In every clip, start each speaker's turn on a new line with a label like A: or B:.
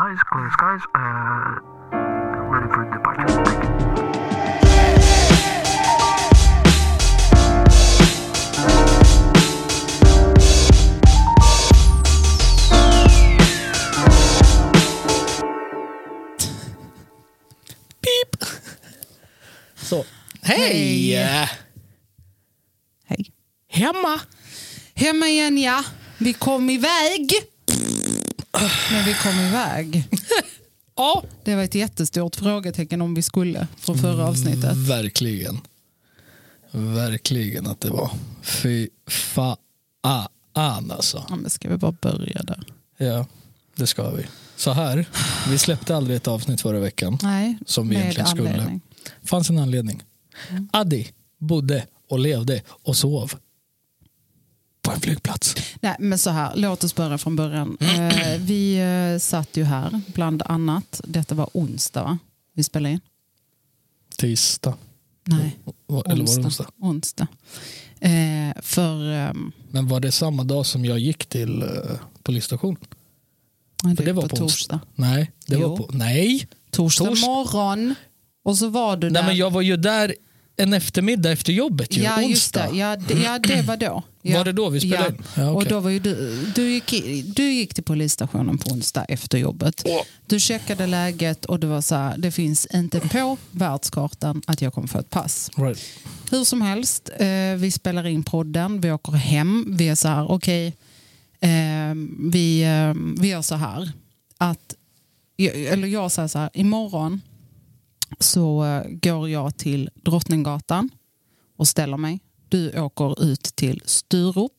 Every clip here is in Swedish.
A: guys. Uh, I'm ready for departure. Thank you.
B: Pip! Så. Hej!
C: Hej.
B: Hemma.
C: Hemma igen ja. Vi kom iväg. Men vi kom iväg.
B: Ja.
C: Det var ett jättestort frågetecken om vi skulle från förra avsnittet.
B: Verkligen. Verkligen att det var. Fy fan alltså.
C: Ja, men ska vi bara börja där?
B: Ja, det ska vi. Så här, vi släppte aldrig ett avsnitt förra veckan.
C: Nej,
B: Som vi
C: med
B: egentligen skulle.
C: anledning. Mm.
B: fanns en anledning. Addi bodde och levde och sov på en flygplats.
C: Nej, men så här, låt oss börja från början. Eh, vi eh, satt ju här, bland annat. Detta var onsdag, va? Vi spelade in?
B: Tisdag.
C: Nej,
B: Va- Eller var det onsdag?
C: onsdag. Eh, för... ehm,
B: Men var det samma dag som jag gick till eh, polisstationen?
C: nej,
B: För det var
C: på
B: på onsdag.
C: torsdag.
B: Nej, det
C: Jo.
B: var på... Nej!
C: Torsdag,
B: Torsdag.
C: morgon. Och så var du
B: Nej,
C: där.
B: men jag var ju där en eftermiddag efter jobbet ju,
C: ja, just
B: onsdag.
C: det. Ja, det, ja, det var då. Ja.
B: Var det då vi spelade in? Ja,
C: Och
B: okej.
C: då var ju du, du, gick, i- du gick till polisstationen på onsdag efter jobbet. Du checkade läget och det var så här, det finns inte på världskartan att jag kommer få ett pass.
B: Right.
C: Hur som helst, eh, vi spelar in podden, vi åker hem, vi är så här, okej, eh, vi, eh, vi gör så här. Att, eller jag säger så här, imorgon så eh, går jag till Drottninggatan och ställer mig. Du åker ut till Sturup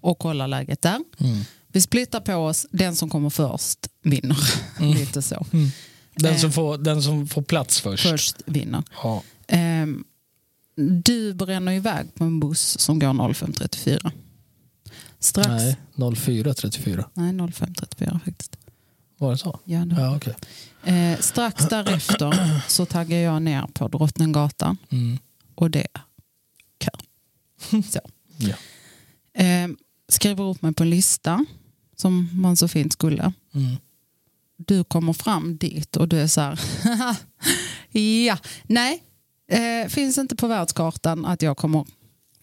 C: och kollar läget där.
B: Mm.
C: Vi splittar på oss, den som kommer först vinner. Lite så.
B: Den, som
C: Eh.
B: får, den som får plats först.
C: Först vinner.
B: Ja.
C: Ehm, du bränner iväg på en buss som går 0534. Strax...
B: Nej, 04.34.
C: Nej, 0534 faktiskt.
B: Var det så?
C: Ja, det-
B: Ja, okej.
C: Eh, strax därefter så taggar jag ner på Drottninggatan
B: Mm.
C: och det är kö. Så.
B: Ja.
C: Ehm, skriver upp mig på en lista som man så fint skulle.
B: Mm.
C: Du kommer fram dit och du är så här, ja, nej, eh, finns inte på världskartan att jag kommer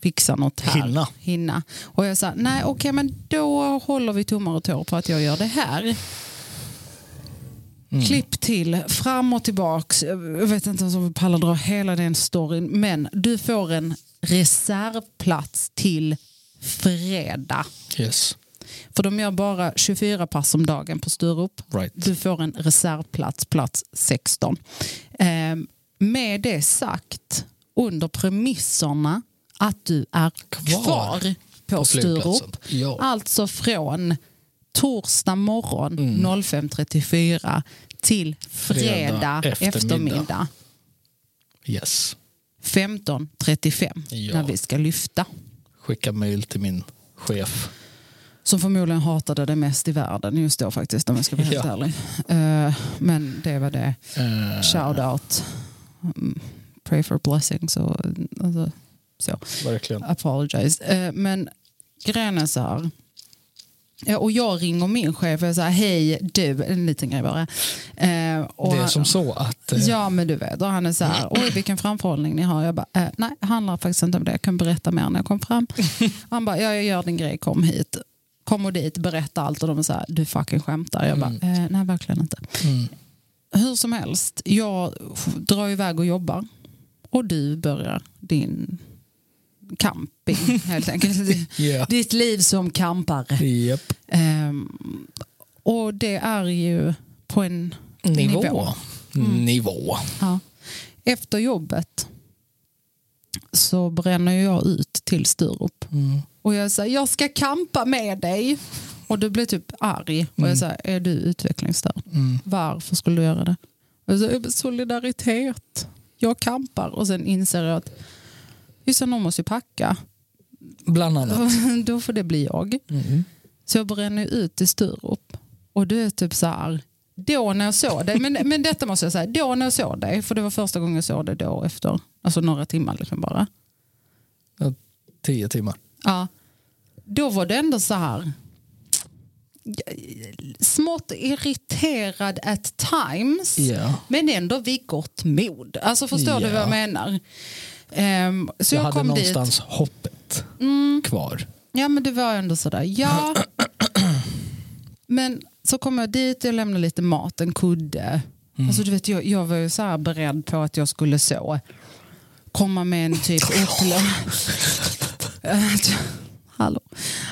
C: fixa något här.
B: Hinna.
C: hinna. Och jag sa, nej okej men då håller vi tummar och tår på att jag gör det här. Klipp till, fram och tillbaks. Jag vet inte ens om vi pallar dra hela den storyn. Men du får en reservplats till fredag.
B: Yes.
C: För de gör bara 24 pass om dagen på Sturup.
B: Right.
C: Du får en reservplats, plats 16. Ehm, med det sagt, under premisserna att du är
B: Kvar
C: kvar, på,
B: flygplatsen.
C: Sturup.
B: Ja.
C: Alltså från torsdag morgon
B: Mm.
C: 05.34 till fredag,
B: Fredag eftermiddag.
C: eftermiddag,
B: Yes.
C: 15.35
B: Ja.
C: när vi ska lyfta.
B: Skicka mail till min chef.
C: Som förmodligen hatade det mest i världen just då faktiskt om jag ska vara helt
B: Ja.
C: ärlig. Eh, men det var det.
B: Eh,
C: Shout out. Mm, Pray for blessings och alltså, så.
B: verkligen.
C: Apologize. Eh, men grejen är så här. Ja, och jag ringer min chef och jag säger hej du, en liten grej bara. Eh, och
B: det är som så att... eh,
C: Ja men du vet, och han är så här, oj vilken framförhållning ni har. Jag bara, eh, nej det handlar faktiskt inte om det, jag kan berätta mer när jag kom fram. Han bara, ja jag gör din grej, kom hit. Kommer dit, berätta allt och de är så här, du fucking skämtar. Jag bara, eh, nej verkligen inte.
B: Mm.
C: Hur som helst, jag f- drar iväg och jobbar och du börjar din camping helt enkelt.
B: Yeah.
C: Ditt liv som campare.
B: Japp.
C: Ehm, och det är ju på en
B: Nivå. Nivå.
C: Nivå. Mm.
B: Nivå.
C: Ja. Efter jobbet så bränner jag ut till Sturup.
B: Mm.
C: Och jag säger, jag ska kampa med dig. Och du blir typ arg. Och jag säger, är du utvecklingsstörd?
B: Mm.
C: Varför skulle du göra det? Och jag säger, solidaritet. Jag kampar. Och sen inser jag att, just det, någon måste ju packa.
B: Bland annat.
C: Då får det bli jag.
B: Mm.
C: Så jag bränner ju ut i Sturup. Och du är typ så här, då när jag såg dig, men, men detta måste jag säga, då när jag såg dig, för det var första gången jag såg dig då efter, alltså några timmar liksom bara.
B: Ja, Tio timmar.
C: Ja. Då var det ändå så här, smått irriterad at times.
B: Ja.
C: Men ändå vid gott mod. Alltså förstår du
B: Ja.
C: vad jag menar? Ehm, så
B: jag
C: jag,
B: hade
C: kom
B: någonstans
C: dit.
B: hoppet kvar.
C: Ja men det var ändå sådär. Ja. men så kom jag dit och lämnade lite mat, en kudde.
B: Mm.
C: Alltså, du vet, jag, jag var ju så här beredd på att jag skulle så komma med en typ upplås... att, jag- hallå.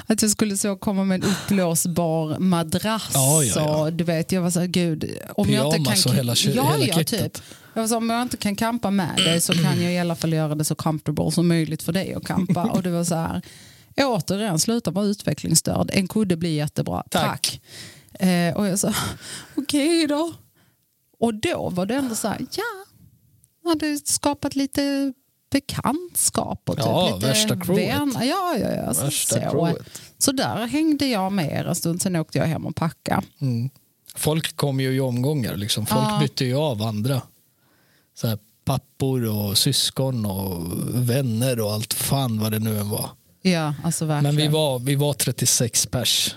C: Att jag skulle så komma med en uppblåsbar madrass.
B: Ja, ja, ja.
C: Och, du vet, jag var så här, gud. Om jag inte
B: Pyjamas
C: kan,
B: och hela kö-
C: ja,
B: hela
C: ja,
B: kittet.
C: typ. Jag var så, om jag inte kan kampa med dig så kan jag i alla fall göra det så comfortable som möjligt för dig att kampa. Och det var så här, återigen, sluta vara utvecklingsstörd. En kudde blir jättebra.
B: Tack.
C: Eh, och jag sa, okej då. Och då var det ändå så här, ja, jag hade skapat lite bekantskap och typ
B: Ja,
C: lite
B: värsta crewet.
C: vänner. Ja, ja, ja. Så,
B: Värsta
C: så.
B: crewet.
C: så där hängde jag med er en stund, sen åkte jag hem och packade.
B: Mm. Folk kom ju i omgångar. Liksom. Folk bytte ju av andra. Så här, pappor och syskon och vänner och allt fan vad det nu än var.
C: Ja, alltså verkligen.
B: Men vi var, vi var 36 pers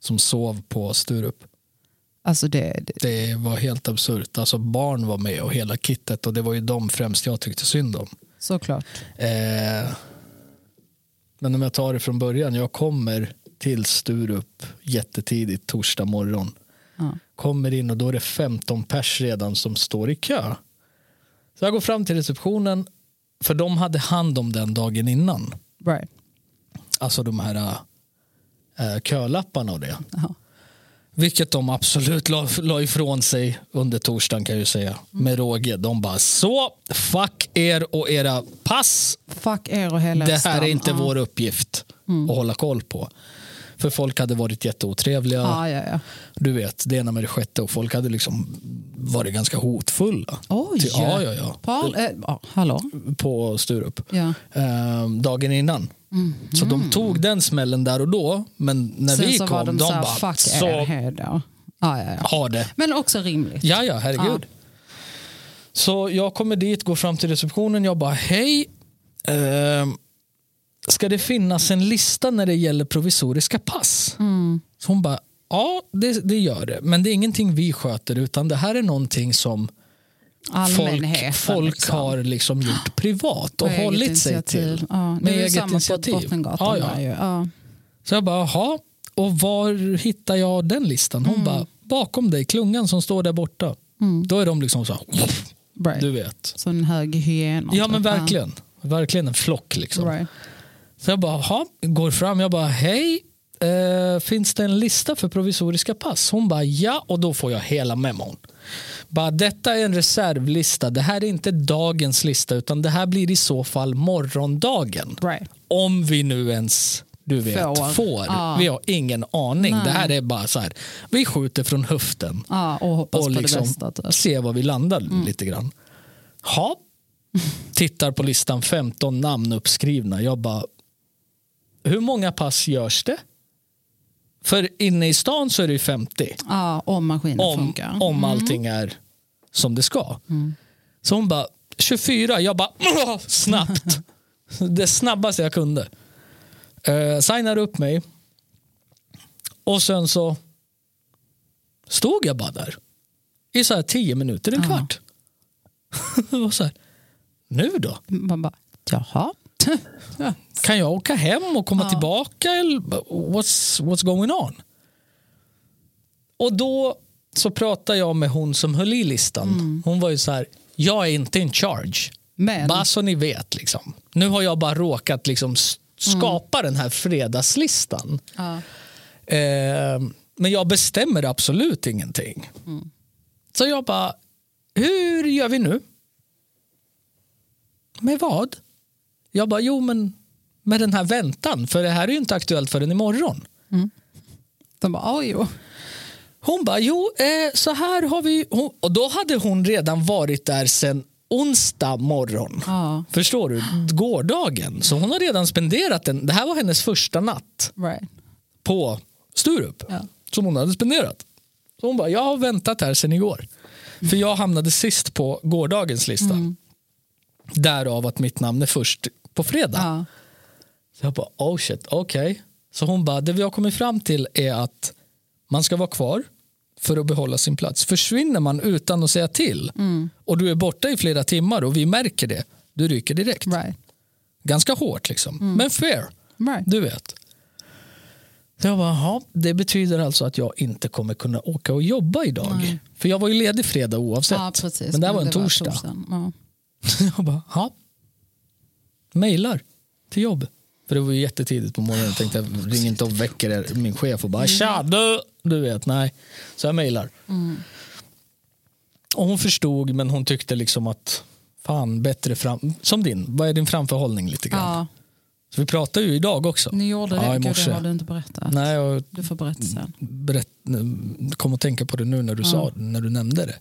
B: som sov på Sturup.
C: alltså det, det,
B: Det var helt absurt. Alltså barn var med och hela kittet och det var ju de främst jag tyckte synd om.
C: såklart.
B: Eh, men om jag tar det från början. Jag kommer till Sturup jättetidigt torsdag morgon.
C: Ja.
B: Kommer in och då är det 15 pers redan som står i kö. Så jag går fram till receptionen. För de hade hand om den dagen innan.
C: Right.
B: Alltså de här eh, kölapparna och det.
C: Ja.
B: Vilket de absolut la, la ifrån sig under torsdagen kan jag ju säga.
C: Mm.
B: Med råge. De bara så, fuck er och era pass.
C: Fuck er och hela
B: Det här är
C: stan.
B: inte
C: ja. Mm.
B: vår uppgift att hålla koll på. För folk hade varit jätteotrevliga.
C: Ja, ja, ja.
B: Du vet, det ena med det sjätte och folk hade liksom varit ganska hotfulla.
C: Oj!
B: Till- Ja, ja, ja.
C: Paul, eh, ja, hallå?
B: På Sturup.
C: Ja. Mhm.
B: Ehm, dagen innan. Så de tog den smällen där och då. Men när
C: Sen
B: vi
C: så var
B: kom,
C: de,
B: de,
C: så här,
B: bara,
C: fuck
B: så
C: er, hej då. Ja, ja, ja.
B: har det.
C: Men också rimligt.
B: Ja, ja, herregud. Så jag kommer dit, går fram till receptionen. Jag bara, hej. Ehm, ska det finnas en lista när det gäller provisoriska pass?
C: Mm.
B: Så hon bara, ja det, det gör det. Men det är ingenting vi sköter utan det här är någonting som
C: Allmänheten.
B: folk, folk
C: liksom.
B: har liksom gjort privat
C: På
B: och
C: eget
B: hållit sig
C: initiativ.
B: till.
C: Ja, det
B: Med
C: är ju
B: eget
C: samma
B: initiativ.
C: på Drottninggatan.
B: Ja,
C: där
B: ja.
C: ju. Ja.
B: Så jag bara, jaha. Och var hittar jag den listan?
C: Mm.
B: Hon bara, bakom dig, klungan som står där borta. Då är de liksom så här,
C: Right.
B: du vet.
C: Så en hög hyena.
B: Ja
C: typ.
B: men verkligen. Verkligen en flock liksom.
C: Ja. Right.
B: Så jag bara, aha, går fram, jag bara, hej, eh, finns det en lista för provisoriska pass? Hon bara, ja, och då får jag hela memon. Bara, detta är en reservlista, det här är inte dagens lista, utan det här blir i så fall morgondagen.
C: Right.
B: Om vi nu ens du vet,
C: Får.
B: får.
C: Ja.
B: Vi har ingen aning.
C: Nej.
B: Det här är bara så här, vi skjuter från höften
C: Ja, och hoppas
B: och
C: på
B: liksom
C: det bästa. Typ. Mm.
B: se var vi landar lite grann. Ha. Tittar på listan 15 namn uppskrivna. Jag bara, hur många pass görs det? För inne i stan så är det ju 50
C: Ja, om maskinen
B: om,
C: funkar. Mm.
B: om allting är som det ska. Så hon bara, 24, jag bara, "Åh!" snabbt. det snabbaste jag kunde. Eh, signar upp mig. Och sen så stod jag bara där. I så här 10 minuter, en
C: Ja.
B: kvart. och så här, nu då?
C: Man bara, jaha. ja.
B: Kan jag åka hem och komma tillbaka? Eller what's, what's going on? Och då så pratade jag med hon som höll i listan. Hon var ju så här, jag är inte in charge.
C: Men,
B: Bara så ni vet. Liksom. Nu har jag bara råkat liksom s- skapa den här fredagslistan.
C: ja.
B: Eh, men jag bestämmer absolut ingenting. Så jag bara, hur gör vi nu? Med vad? Jag bara, jo men med den här väntan, för det här är ju inte aktuellt förrän imorgon.
C: de bara, ja jo.
B: Hon bara, jo eh, så här har vi... Hon, och då hade hon redan varit där sen onsdag morgon.
C: Ja.
B: Förstår du? Gårdagen. Så hon har redan spenderat den. Det här var hennes första natt
C: Right.
B: på Sturup
C: Ja.
B: som hon hade spenderat. Så hon bara, jag har väntat här sedan igår. För jag hamnade sist på gårdagens lista.
C: Mm.
B: Därav att mitt namn är först på fredag.
C: Ja.
B: Så jag bara, oh shit, okej. Så hon bara, det vi har kommit fram till är att Man ska vara kvar för att behålla sin plats. Försvinner man utan att säga till
C: Mm.
B: och du är borta i flera timmar och vi märker det, du ryker direkt.
C: Right. Mm.
B: Ganska hårt liksom, men fair.
C: Right.
B: Du vet. Så jag bara, "Jaha, det betyder alltså att jag inte kommer kunna åka och jobba idag.
C: Nej.
B: För jag var ju ledig fredag oavsett.
C: Ja, precis.
B: Men det här var en torsdag.
C: torsdagen, ja.
B: jag bara, ja. Mailar till jobb. För det var ju jättetidigt på morgonen. Jag tänkte, ring inte och väcker er, min chef och bara,
C: Mm.
B: tja du! Du vet, nej. Så jag mailar. Och hon förstod, men hon tyckte liksom att, fan bättre fram... Som din, vad är din framförhållning lite grann?
C: ja,
B: Så vi pratar ju idag också.
C: ni gjorde
B: Ja,
C: det.
B: i
C: Gud,
B: morse.
C: det har du inte berättat.
B: Nej, Mm. jag
C: Du får berätta sen.
B: berätt, kom att tänka på det nu när du, sa, när du nämnde det.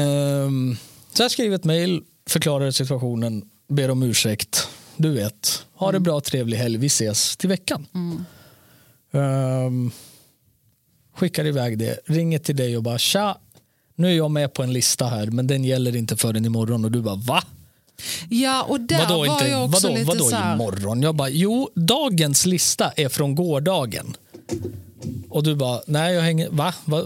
B: Ehm, så jag skrev ett mejl, förklarade situationen, ber om ursäkt. Du vet, ha det bra, trevlig helg, vi ses till veckan. Ehm, skickar iväg det, ringer till dig och bara tja, nu är jag med på en lista här men den gäller inte förrän imorgon och du bara va?
C: Ja, och där
B: vadå
C: var
B: inte,
C: jag också
B: vadå,
C: lite
B: vadå
C: så här...
B: imorgon? Jag bara, jo, dagens lista är från gårdagen. Och du bara, nej jag hänger, va? va?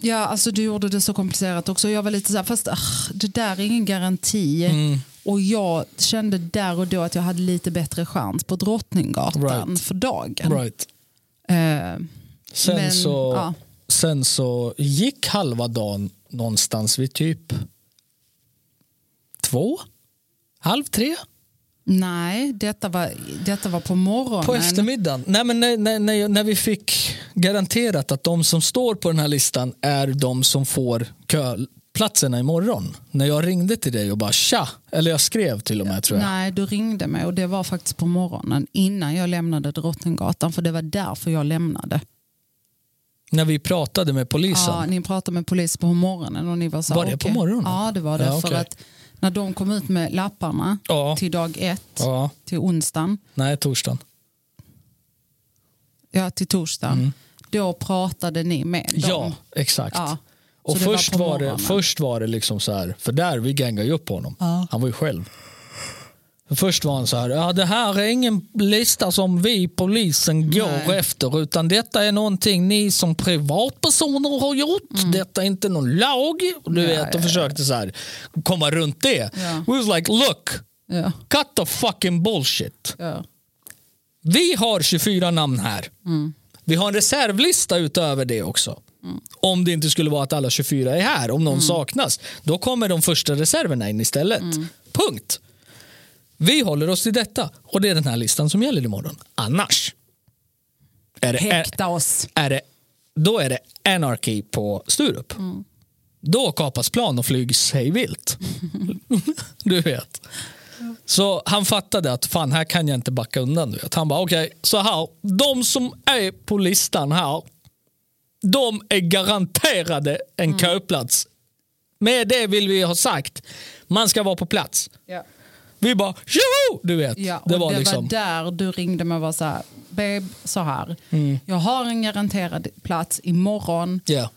C: Ja, alltså du gjorde det så komplicerat också. Jag var lite så här, fast ah, det där är ingen garanti.
B: Mm.
C: Och jag kände där och då att jag hade lite bättre chans på Drottninggatan
B: Right.
C: för dagen.
B: Right.
C: Eh,
B: Sen,
C: Men,
B: så,
C: ja.
B: sen så gick halva dagen någonstans vid typ två, halv tre
C: nej, detta var, detta var på morgonen.
B: på eftermiddagen. Nej, men när, när, när, när vi fick garanterat att de som står på den här listan är de som får köplatserna imorgon. När jag ringde till dig och bara tja, eller jag skrev till och med tror jag.
C: Nej, du ringde mig och det var faktiskt på morgonen innan jag lämnade Drottninggatan för det var därför jag lämnade.
B: När vi pratade med polisen.
C: Ja, ni pratade med polisen på morgonen och ni var så här,
B: Var det på
C: okej.
B: morgonen?
C: Ja, det var det.
B: Ja,
C: För
B: okej.
C: att när de kom ut med lapparna
B: Ja.
C: till dag ett,
B: Ja.
C: till onsdagen,
B: Nej, torsdagen.
C: ja, till torsdagen, då pratade ni med dem.
B: Mm. Ja, exakt.
C: Ja.
B: Och
C: Så det var
B: först
C: på
B: var, det,
C: morgonen.
B: först var det liksom så här, för där vi gängade ju upp honom.
C: Ja.
B: Han var ju själv. För först var han så här, ja, det här är ingen lista som vi polisen går
C: Nej.
B: efter utan detta är någonting ni som privatpersoner har gjort.
C: Mm.
B: Detta är inte någon lag. Och Du
C: Ja,
B: vet, och försökte så här, komma runt det.
C: Ja.
B: We was like, look,
C: Ja,
B: cut the fucking bullshit.
C: ja.
B: Vi har 24 namn här. Vi har en reservlista utöver det också. Om det inte skulle vara att alla 24 är här, om någon saknas, då kommer de första reserverna in istället. Punkt. Vi håller oss till detta och det är den här listan som gäller imorgon. Annars är det, är,
C: Häkta oss.
B: är det, då är det anarki på Sturup.
C: Mm.
B: Då kapas plan och flygs hej vilt. du vet. Så han fattade att fan här kan jag inte backa undan. Du vet. Han bara okej, så här. De som är på listan här, de är garanterade en
C: Mm.
B: köplats. Med det vill vi ha sagt, man ska vara på plats.
C: Ja.
B: Vi bara tjoho! Du vet.
C: Ja, och
B: det var liksom.
C: där du ringde mig och var så här, babe, så här.
B: Mm.
C: Jag har en garanterad plats imorgon
B: Ja.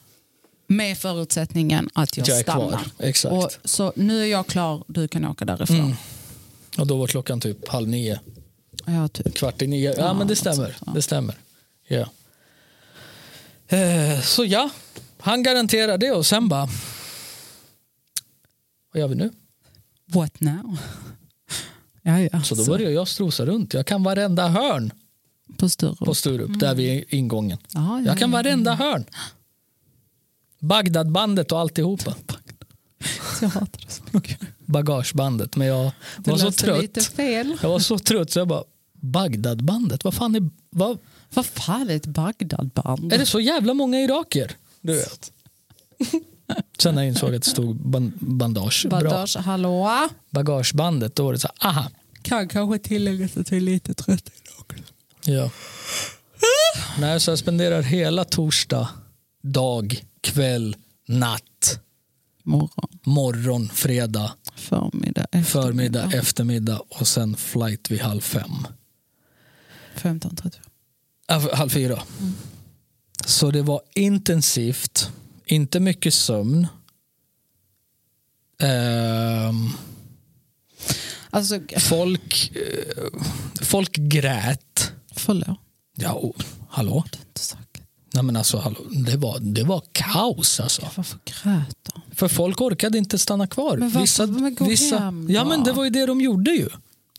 C: med förutsättningen att jag,
B: Jag är kvar.
C: stannar.
B: Exakt. Mm.
C: Och, så nu är jag klar, du kan åka därifrån.
B: Och då var klockan typ halv nio.
C: Ja, typ.
B: Kvart i nio. Ja,
C: Ja,
B: men det
C: något
B: stämmer.
C: sånt, ja.
B: Det stämmer. Ja. Eh, så ja, han garanterar det och sen bara... Vad gör vi nu?
C: What now? ja, ja,
B: Så då börjar jag strosa runt. Jag kan varenda hörn
C: På Sturup.
B: på Sturup, där vid ingången.
C: Mm. Ja, ja,
B: Jag kan
C: ja.
B: varenda hörn. Bagdadbandet och alltihopa.
C: Jag hatar det så mycket.
B: Bagagebandet. Men jag
C: Du
B: var så
C: läste lite
B: trött.
C: fel.
B: Jag var så trött så jag bara, Bagdadbandet, vad fan är... Vad,
C: Vad fan är ett Bagdadband?
B: Är det så jävla många iraker? Du vet. Sen när jag insåg att det stod ban- bandage, bra.
C: Bandage, hallå?
B: bagagebandet, då var det så här, aha.
C: Kan kanske tilläggas att vi är lite trötta idag också.
B: Ja. Nej, så jag spenderar hela torsdag, dag, kväll, natt,
C: Morgon,
B: morgon, fredag,
C: förmiddag, eftermiddag.
B: förmiddag, eftermiddag och sen flight vid halv fem.
C: 15.30.
B: Äh, halv fyra.
C: Mm.
B: Så det var intensivt, inte mycket sömn. Ehm,
C: Alltså,
B: Folk, eh, folk grät.
C: förlåt.
B: Ja, oh, hallå?
C: Det är inte säkert.
B: Nej, men alltså, hallå, det, var, det var kaos alltså.
C: Varför grät de?
B: För folk orkade inte stanna kvar.
C: Men varför? Men gå hem då.
B: ja, men det var ju det de gjorde ju.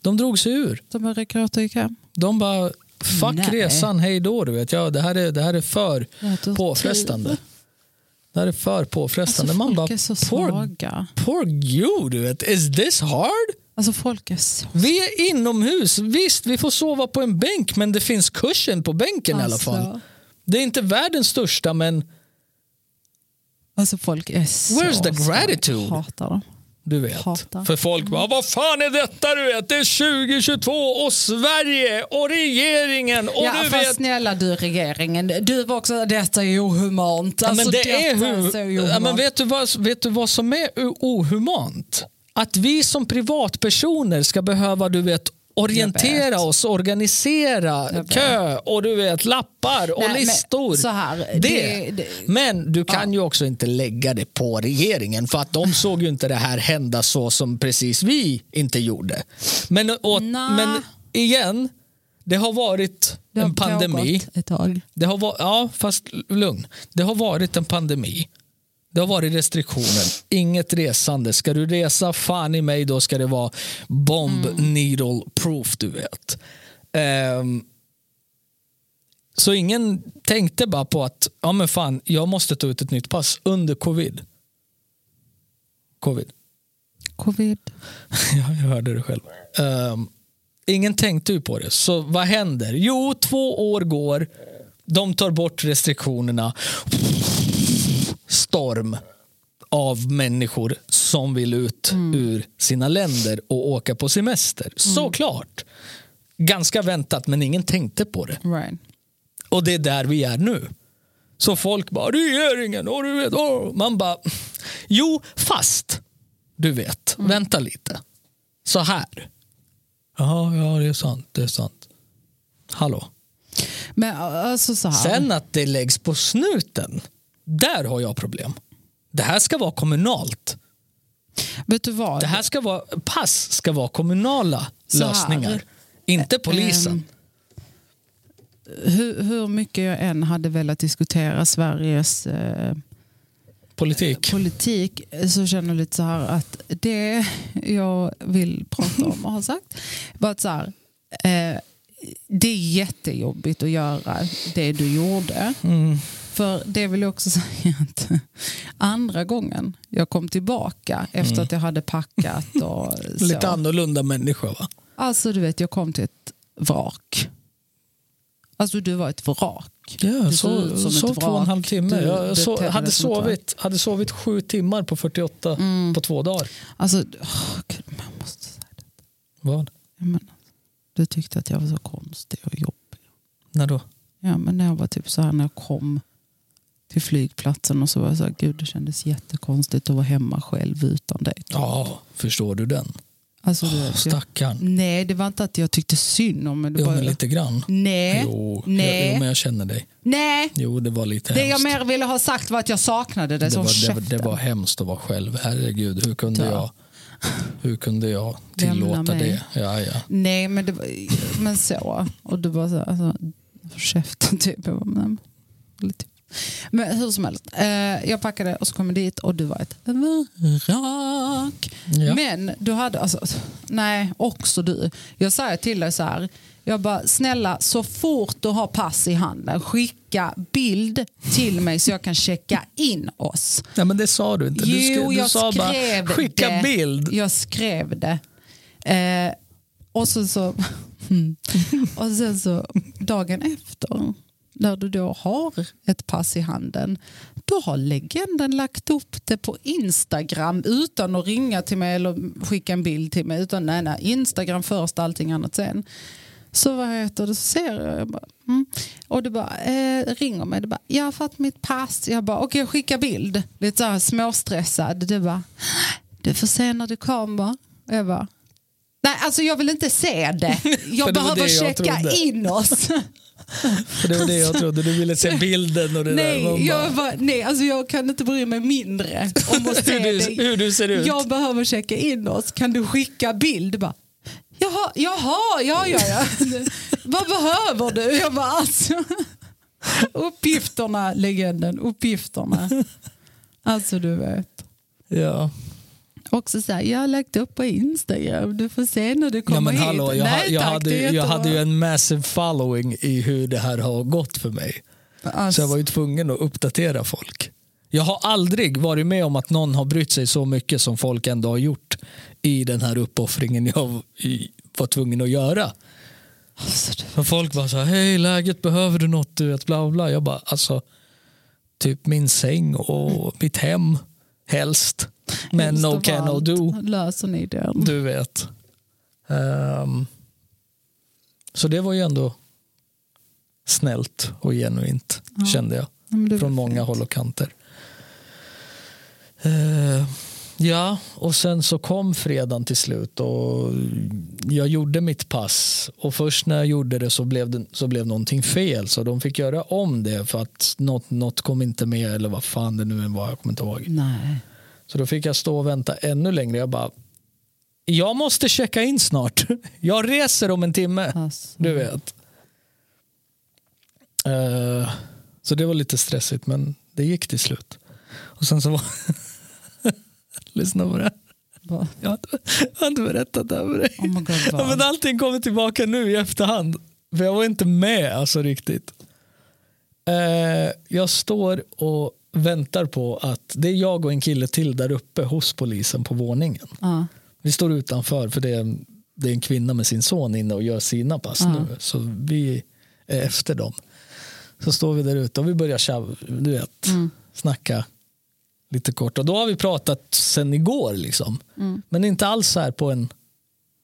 B: De drog sig ur.
C: De började gråta och gick hem.
B: De bara, fuck
C: Nej.
B: resan, hej då. Du vet. Ja, det, här är, det här är för
C: Låter
B: påfrestande. Det här är för påfrestande.
C: Alltså,
B: Man
C: folk
B: bara,
C: är så
B: poor,
C: svaga.
B: poor you, du vet. Is this hard?
C: Alltså folk är så...
B: Vi är inomhus. Visst, vi får sova på en bänk, men det finns kursen på bänken
C: Alltså.
B: i alla fall. Det är inte världens största, men
C: Alltså folk är så...
B: Where's the
C: svaga.
B: gratitude?
C: Hatar dem.
B: du vet.
C: Hatar.
B: För folk bara, vad fan är detta du vet? Det är 2022 och Sverige och regeringen och
C: ja,
B: du
C: fast
B: vet.
C: snälla du regeringen, du var också, detta är ohumant.
B: Ja,
C: Alltså,
B: men det är
C: detta så
B: hu-
C: ohumant.
B: ja, men vet, du vad, vet du vad som är o- ohumant? Att vi som privatpersoner ska behöva du vet, orientera oss, organisera
C: vet.
B: kö och du vet, lappar och
C: Nej, men
B: listor.
C: så här,
B: det.
C: det- det-
B: men du kan ju också inte lägga det på regeringen för att de såg ju inte det här hända så som precis vi inte gjorde. Men, och,
C: Nej.
B: men igen, det har varit
C: Det har
B: en pandemi.
C: pågått Ett tag.
B: Det har varit, ja, fast lugn. Det har varit en pandemi. Det har varit restriktioner. Inget resande. Ska du resa, fan i mig, då ska det vara bomb needle proof, du vet. Ehm, så ingen tänkte bara på att ja, men fan, jag måste ta ut ett nytt pass under covid. Covid.
C: Covid.
B: Ja, jag hörde det själv. Ehm, ingen tänkte ju på det. Så vad händer? Jo, två år går. De tar bort restriktionerna. Storm av människor som vill ut ur sina länder och åka på semester. Såklart. Ganska väntat, men ingen tänkte på det.
C: Right.
B: Och det är där vi är nu. Så folk bara, regeringen, och du vet, och. man bara, jo fast, du vet,
C: Mm.
B: vänta lite. Så här. Ja, ja det är sant, det är sant. Hallå.
C: Men alltså så här.
B: Sen att det läggs på snuten, där har jag problem. Det här ska vara kommunalt.
C: vet du vad?
B: Det här ska vara, pass ska vara kommunala
C: Så här.
B: lösningar. Inte polisen.
C: Ehm, hur, Ehm, hur mycket jag än hade velat diskutera Sveriges eh,
B: Politik.
C: politik eh, så känner jag lite så här att det jag vill prata om och har sagt var att så här, eh, det är jättejobbigt att göra det du gjorde.
B: Mm.
C: För det vill jag också säga att andra gången jag kom tillbaka efter att jag hade packat och så.
B: Mm. Lite annorlunda människa va?
C: Alltså du vet, jag kom till ett vrak. Alltså du var ett vrak.
B: Ja,
C: Du
B: så,
C: såg ut som ett
B: sov två och en
C: vrak.
B: halv timme.
C: Du liksom
B: jag så,
C: betedde dig
B: hade,
C: som ett vrak.
B: sovit, hade sovit sju timmar på 48
C: Mm.
B: på två dagar.
C: Alltså, åh, gud, man måste säga det.
B: Vad?
C: Jag menar, alltså, du tyckte att jag var så konstig och jobbig.
B: När då?
C: Ja, men när jag var typ så här när jag kom till flygplatsen och så var jag så här, gud det kändes jättekonstigt att vara hemma själv utan dig.
B: Ja, förstår du den?
C: Alltså, du
B: Oh,
C: vet, jag,
B: stackarn.
C: nej, det var inte att jag tyckte synd om men det.
B: Jo,
C: var
B: men
C: ju-
B: lite grann.
C: Nej,
B: Jo,
C: nej,
B: jag, jo, men jag känner dig.
C: nej.
B: Jo, det var lite
C: Det jag
B: hemskt.
C: mer ville ha sagt var att jag saknade det,
B: det,
C: som
B: var, det, var-
C: käften.
B: det var hemskt att vara själv. Herregud, hur kunde
C: Ja.
B: jag, hur kunde jag
C: Lämna
B: tillåta
C: mig.
B: det? Ja, ja.
C: Nej, men, det var, men så. Och du bara så här, alltså, för käften typ. Jag bara, nej, men, lite. Men hur som helst, eh, jag packade och så kom jag dit och du var ett vrak.
B: Ja.
C: Men du hade, alltså, nej, också du. Jag säger till dig så här, jag bara snälla så fort du har pass i handen skicka bild till mig så jag kan checka in oss.
B: Nej, men det sa du inte. Du, skrev,
C: Jo,
B: du
C: jag
B: sa
C: skrev
B: bara skicka
C: det.
B: bild.
C: Jag skrev det. Eh, och sen så, Mm. och sen så dagen efter, när du då har ett pass i handen, då har legenden lagt upp det på Instagram utan att ringa till mig eller skicka en bild till mig. Utan nej, nej, Instagram först, allting annat sen. Så vad heter det, så ser jag, jag bara, mm. och det bara eh, ringer mig. Det bara, jag har fått mitt pass. Jag bara, okej skicka bild. Lite så här småstressad. Det bara, du får se när du kommer. Och jag bara, nej alltså jag vill inte se det.
B: det var
C: Jag behöver
B: det jag
C: checka
B: trodde.
C: in oss.
B: För det var det jag trodde. Du ville se bilden och det där. Man bara-
C: nej, jag, bara, nej alltså jag kan inte bry mig mindre om att se
B: hur, du,
C: dig.
B: hur du ser ut.
C: Jag behöver checka in oss, kan du skicka bild? Bara, jaha, jaha, ja, ja, ja. Vad behöver du? Jag bara, alltså. Uppgifterna, legenden, uppgifterna. Alltså du vet.
B: Ja.
C: Också så här, jag har lagt upp på Instagram, du får se när du
B: Ja,
C: kommer
B: men hallå,
C: hit.
B: jag, ha-
C: Nej
B: jag,
C: tack,
B: hade,
C: det är
B: jag
C: jättebra.
B: hade ju en massive following i hur det här har gått för mig. Så
C: Alltså,
B: jag var ju tvungen att uppdatera folk. Jag har aldrig varit med om att någon har brytt sig så mycket som folk ändå har gjort i den här uppoffringen jag i- var tvungen att göra.
C: alltså, du-
B: För folk bara så här, hej läget, behöver du något? Du vet, bla bla. Jag bara, alltså, typ min säng och mitt hem helst. Men
C: helst
B: no
C: av
B: can no
C: allt
B: do.
C: Löser ni den?
B: Du vet. Ehm, så det var ju ändå snällt och genuint
C: Ja.
B: kände jag.
C: Ja, men det var
B: Från många
C: fint.
B: håll och kanter. Eh, ja, och sen så kom fredagen till slut och jag gjorde mitt pass. Och först när jag gjorde det så blev, det, så blev någonting fel så de fick göra om det för att något, något kom inte med eller vad fan det nu var, jag kommer inte ihåg.
C: Nej.
B: Så då fick jag stå och vänta ännu längre. Jag bara, jag måste checka in snart. Jag reser om en timme.
C: Alltså.
B: Du vet. Eh, så det var lite stressigt men det gick till slut. Och sen så var... Lyssna på det här.
C: Bara,
B: Jag har inte- jag har inte berättat det här för dig.
C: Oh my god,
B: Ja, men
C: barn.
B: allting kommer tillbaka nu i efterhand. För jag var inte med alltså riktigt. Eh, jag står och väntar på att det är jag och en kille till där uppe hos polisen på våningen.
C: Ja.
B: Vi står utanför för det är, en- det är en kvinna med sin son inne och gör sina pass
C: Ja.
B: nu. Så vi är efter dem. Så står vi där ute och vi börjar tjav, du vet,
C: Mm.
B: snacka lite kort. Och då har vi pratat sen igår liksom.
C: Mm.
B: Men inte alls så här på en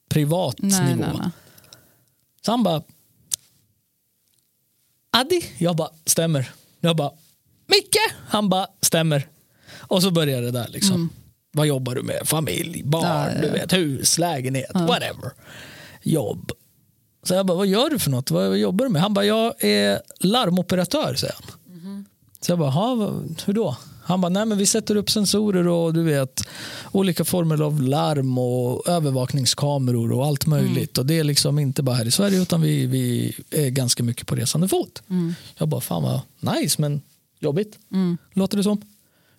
B: privat
C: Nej,
B: nivå.
C: nej, nej.
B: Så han bara, Addi? Jag bara, stämmer. Jag bara, Micke? Han bara, stämmer. Och så börjar det där liksom. Vad jobbar du med? Familj, barn,
C: Mm. Ja, ja,
B: du
C: ja.
B: vet, hus, lägenhet, whatever. Jobb. Så jag bara, vad gör du för något? Vad jobbar du med? Han bara, jag är larmoperatör, säger han. Så jag bara, "Ha, vad- hur då? Han bara, nej men vi sätter upp sensorer och du vet olika former av larm och övervakningskameror och allt möjligt.
C: Mm.
B: Och det är liksom inte bara här i Sverige utan vi, vi är ganska mycket på resande fot.
C: Mm.
B: Jag bara, fan vad nice men jobbigt. Låter det som.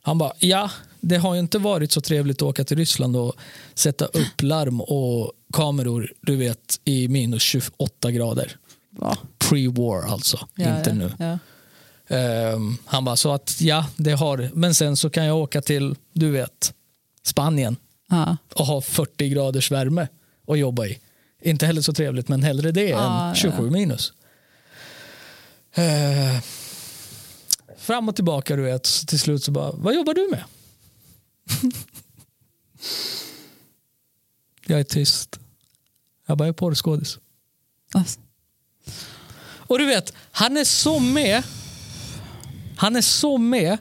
B: Han bara, ja det har ju inte varit så trevligt att åka till Ryssland och sätta upp larm och kameror du vet i minus 28 grader.
C: Va?
B: Pre-war alltså,
C: Ja,
B: inte
C: ja,
B: nu.
C: Ja.
B: Ehm, han bara, så att ja, det har Men sen så kan jag åka till, du vet, Spanien
C: Ja.
B: och ha 40 graders värme och jobba i. Inte heller så trevligt, men hellre det
C: Ja, ja.
B: än 27 minus. Ehm, fram och tillbaka, du vet. Så Till slut så bara, vad jobbar du med? jag är tyst. Jag bara, jag är porrskådis.
C: Alltså.
B: Och du vet, han är så med. Han är så med.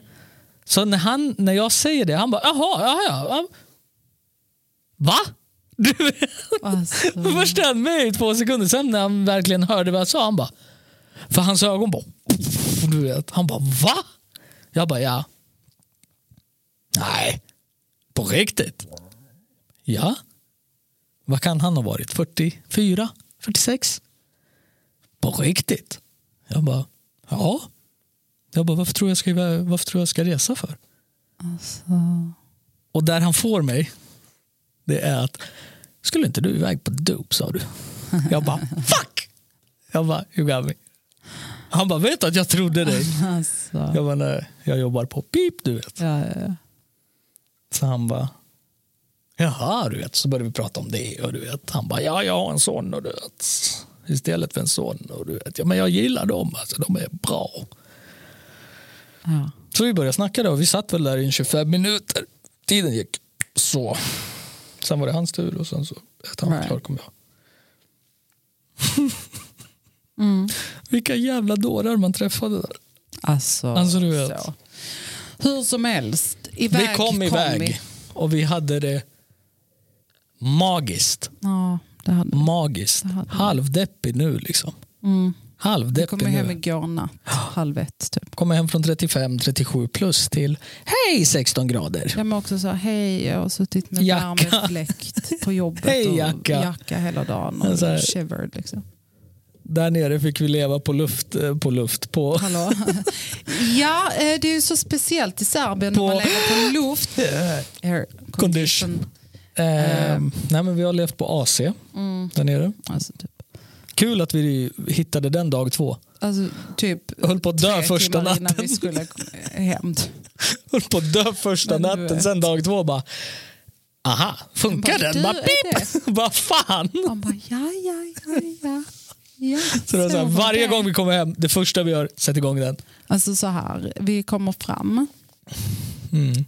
B: Så när, han, när jag säger det, han bara jaha, jaha, ja. ja." Va? Du vet,
C: Alltså.
B: först är han med i två sekunder, sen när han verkligen hörde vad jag sa, han bara. För hans ögon bara, du vet. Han bara va? Jag bara ja. Nej, på riktigt? Ja. Vad kan han ha varit? 44? 46? På riktigt? Jag bara, ja. Jag bara, varför tror jag ska, varför tror jag ska resa för? Och där han får mig, det är att, skulle inte du iväg på dop sa du? Jag bara, fuck! Jag bara, you got me. Han bara, vet du att jag trodde dig?
C: Alltså.
B: Jag bara, nej, jag jobbar på pip du vet.
C: Ja, ja, ja.
B: Så han bara, jaha du vet, så började vi prata om det och du vet, han bara, ja jag har en son och du vet, istället för en son och du vet, ja men jag gillar dem, alltså de är bra.
C: ja.
B: Så vi började snacka då, och vi satt väl där i en 25 minuter, tiden gick så. Sen var det hans tur och sen så, efter han var
C: Right.
B: klar kom jag. Vilka jävla dårar man träffade där.
C: Alltså,
B: Alltså, du vet.
C: så. Hur som helst, iväg
B: vi kom iväg
C: vi.
B: och vi hade det magiskt.
C: Ja, det hade vi.
B: Magiskt.
C: hade man.
B: Halvdeppig nu liksom.
C: Mm. Vi
B: Halvdeppig
C: kommer
B: nu.
C: hem igår natt, halv ett typ.
B: Kommer hem från 35-37 plus till hej 16 grader.
C: Jag men också så här, hej, jag har suttit med
B: Jacka.
C: värmefläkt på jobbet
B: Hej,
C: och
B: jacka.
C: jacka hela dagen
B: Men
C: och
B: så här-
C: shivered. Liksom.
B: Där nere fick vi leva på luft, eh, på luft, på,
C: Hallå? ja, eh, det är ju så speciellt i Serbien
B: På-
C: när man lever på luft. Air
B: Condition. Eh, nej, men vi har levt på AC
C: Ehm. Mm,
B: där nere.
C: alltså, typ.
B: Kul att vi hittade den dag två.
C: Alltså, typ
B: Jag höll på att dö
C: tre
B: första
C: timmar
B: natten.
C: innan vi skulle hem.
B: Höll på att dö första
C: Men du
B: natten,
C: vet.
B: sen dag två bara Aha, funkar
C: Bara,
B: den?
C: du
B: Bara
C: är
B: pip! Vad fan?
C: Man bara ja, ja, ja, ja. ja
B: Så det var så här,
C: var
B: varje
C: det.
B: gång vi kommer hem, det första vi gör, sätt igång den.
C: Alltså så här, vi kommer fram
B: Mm.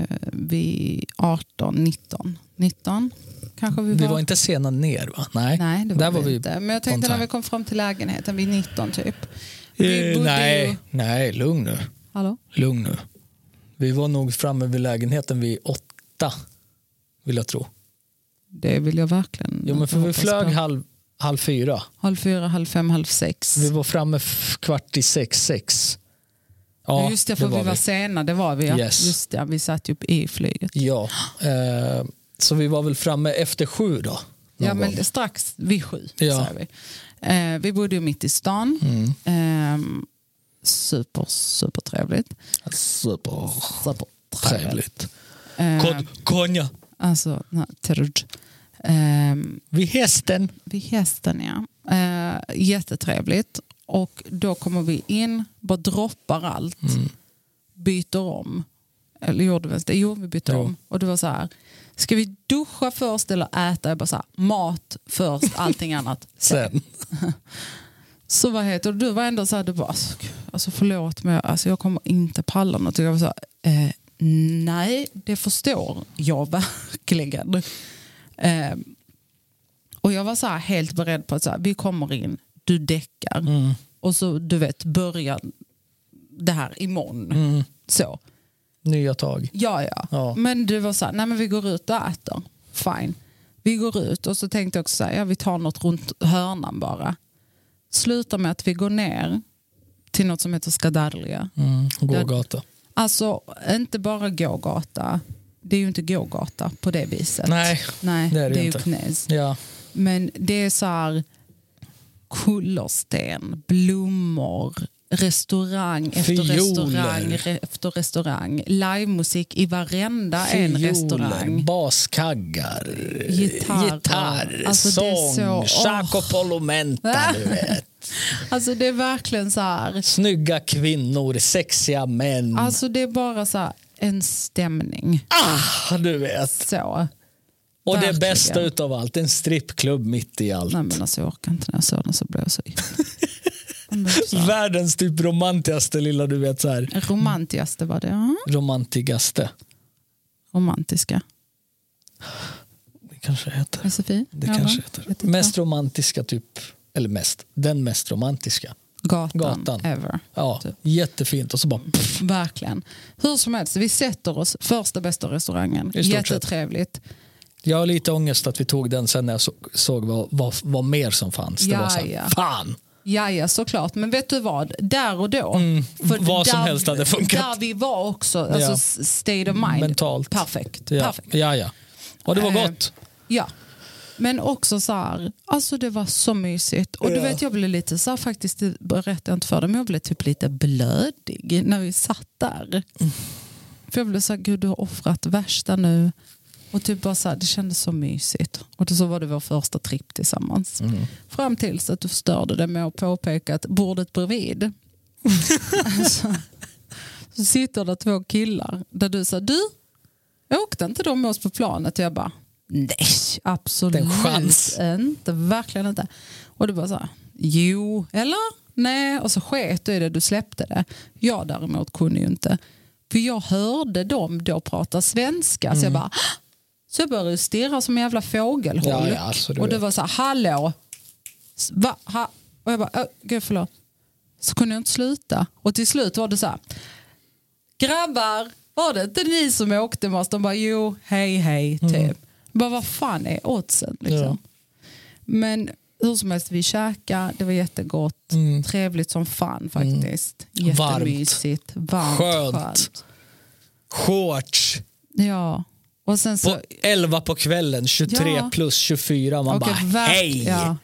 C: eh, vid 18, 19. 19 kanske vi var.
B: Vi var inte sena ner va? Nej,
C: Nej, det var,
B: där var
C: vi
B: vi. Eh,
C: inte. Men jag
B: on
C: tänkte
B: time.
C: när vi kom fram till lägenheten vid 19
B: Eh,
C: typ. bodde
B: nej,
C: ju-
B: nej, lugn nu.
C: Hallå?
B: Lugn nu. Vi var nog framme vid lägenheten vid åtta, vill jag tro.
C: Det vill jag verkligen
B: Jo, men för vi
C: inte Mm, hoppas
B: flög
C: på.
B: halv, halv fyra.
C: halv fyra, halv fem, halv sex.
B: Vi var framme f- kvart i sex, sex.
C: Ja, just det, för vi
B: var
C: var sena. Det var vi ja.
B: Yes.
C: Just det, vi satt ju i flyget.
B: Ja, eh, så vi var väl framme efter sju då. någon
C: Ja, men
B: gång.
C: strax vid sju.
B: Ja.
C: säger vi. Eh, vi bodde ju mitt i stan.
B: Mm.
C: Eh, super, super trevligt.
B: Supertrevligt.
C: Super Eh,
B: Kon- Konja,
C: alltså, nej, terud. Eh,
B: vid hästen.
C: vid hästen ja. Eh, jättetrevligt. Och då kommer vi in, bara droppar allt. Byter om. Eller gjorde vi ens det? Jo, vi bytte
B: Ja.
C: om. Och det var så här, ska vi duscha först eller äta? Jag bara så här, mat först, allting annat
B: Sen.
C: Så vad heter det? Du var ändå så här, du bara, alltså, gud, alltså förlåt men jag- alltså, jag kommer inte palla något. Jag var så här, eh, nej, det förstår jag verkligen. Eh, och jag var så här helt beredd på att så här, vi kommer in, du däckar
B: Mm.
C: och så du vet börjar det här imorgon.
B: Mm.
C: Så.
B: Nya tag.
C: Ja, ja.
B: Ja.
C: Men du var så här, nej men vi går ut och äter. Fine. Vi går ut och så tänkte jag också så här, ja vi tar något runt hörnan bara. Slutar med att vi går ner till något som heter Skadarlia.
B: Mm.
C: Det-
B: Gågata.
C: Alltså inte bara gågata. Det är ju inte gågata på det viset.
B: Nej,
C: Nej
B: det är det
C: ju
B: inte.
C: knäs.
B: ja.
C: Men det är så här kullersten, blommor, restaurang efter
B: Fioler.
C: restaurang re- efter restaurang. Livemusik i varenda en
B: Fioler,
C: restaurang.
B: baskaggar,
C: Gitarr.
B: gitarr
C: Alltså, det är
B: sång,
C: så- åh.
B: Chaco Polomenta, du vet.
C: Alltså det är verkligen så här.
B: Snygga kvinnor, sexiga män.
C: Alltså det är bara så här en stämning.
B: ah, du vet.
C: Så.
B: Och det
C: verkligen.
B: bästa utav allt, en strippklubb mitt i allt.
C: Nej men alltså jag orkar inte när jag såg den så blev jag så... Men så här,
B: Världens typ romantigaste lilla, du vet så här.
C: Romantigaste var det. Ja.
B: romantigaste.
C: Romantiska.
B: Det kanske det heter.
C: Sofie?
B: Det
C: någon?
B: kanske det
C: Vet
B: heter.
C: inte.
B: Mest romantiska typ, eller mest, den mest romantiska.
C: Gatan,
B: gatan.
C: ever.
B: Ja,
C: Typ.
B: jättefint. Och så bara, pff,
C: Verkligen. Hur som helst, vi sätter oss första bästa restaurangen.
B: I stort sett.
C: Jättetrevligt.
B: jag har lite ångest att vi tog den sen när jag såg, såg vad, vad, vad mer som fanns. Det var så här,
C: Ja, ja.
B: fan!
C: Jaja, såklart. Men vet du vad? Där och då.
B: Mm, vad som helst hade funkat.
C: Där vi var också. Alltså
B: Ja.
C: s- state of mind.
B: Mentalt.
C: Perfekt.
B: Ja,
C: Perfekt.
B: ja, ja. Och det var
C: Eh,
B: gott.
C: Ja. Men också så här, alltså det var så mysigt. Och du
B: Ja.
C: vet jag blev lite så här, faktiskt, det berättade jag inte för dig, men jag blev typ lite blödig när vi satt där. För jag blev så här, gud du har offrat värsta nu. Och typ bara så här, det kändes så mysigt. Och då så var det vår första tripp tillsammans. Fram tills att du förstörde det med att påpeka att bordet bredvid alltså, så sitter det två killar där du sa, du åkte inte de med oss på planet? Och jag bara, nej absolut
B: Inte en chans."
C: inte, verkligen inte. Och du bara så här, jo, eller? Nej, och så sket du i det, du släppte det. Jag däremot kunde ju inte. För jag hörde dem då prata svenska så
B: Mm.
C: jag bara, "Ah!" så jag började ju stirra som en jävla fågelholk.
B: Ja, ja, alltså, du
C: och det
B: vet.
C: var så här, hallå, S- va, ha? Och jag bara, "Åh, gud förlåt. Så kunde jag inte sluta. Och till slut var det så här, grabbar, var det inte ni som åkte med oss? De bara, jo, hej, hej, typ. Bara, vad fan är oddsen? Liksom.
B: Mm. Ja.
C: Men hur som helst, vi käkade, det var jättegott, trevligt som fan faktiskt.
B: Mm. Varmt.
C: Jättemysigt, varmt,
B: Skönt.
C: skönt.
B: Shorts
C: Ja, och sen så...
B: på 11 på kvällen, 23
C: Alltså- Ja.
B: plus 24. Man
C: Okej,
B: bara,
C: verk-
B: hej!
C: Ja.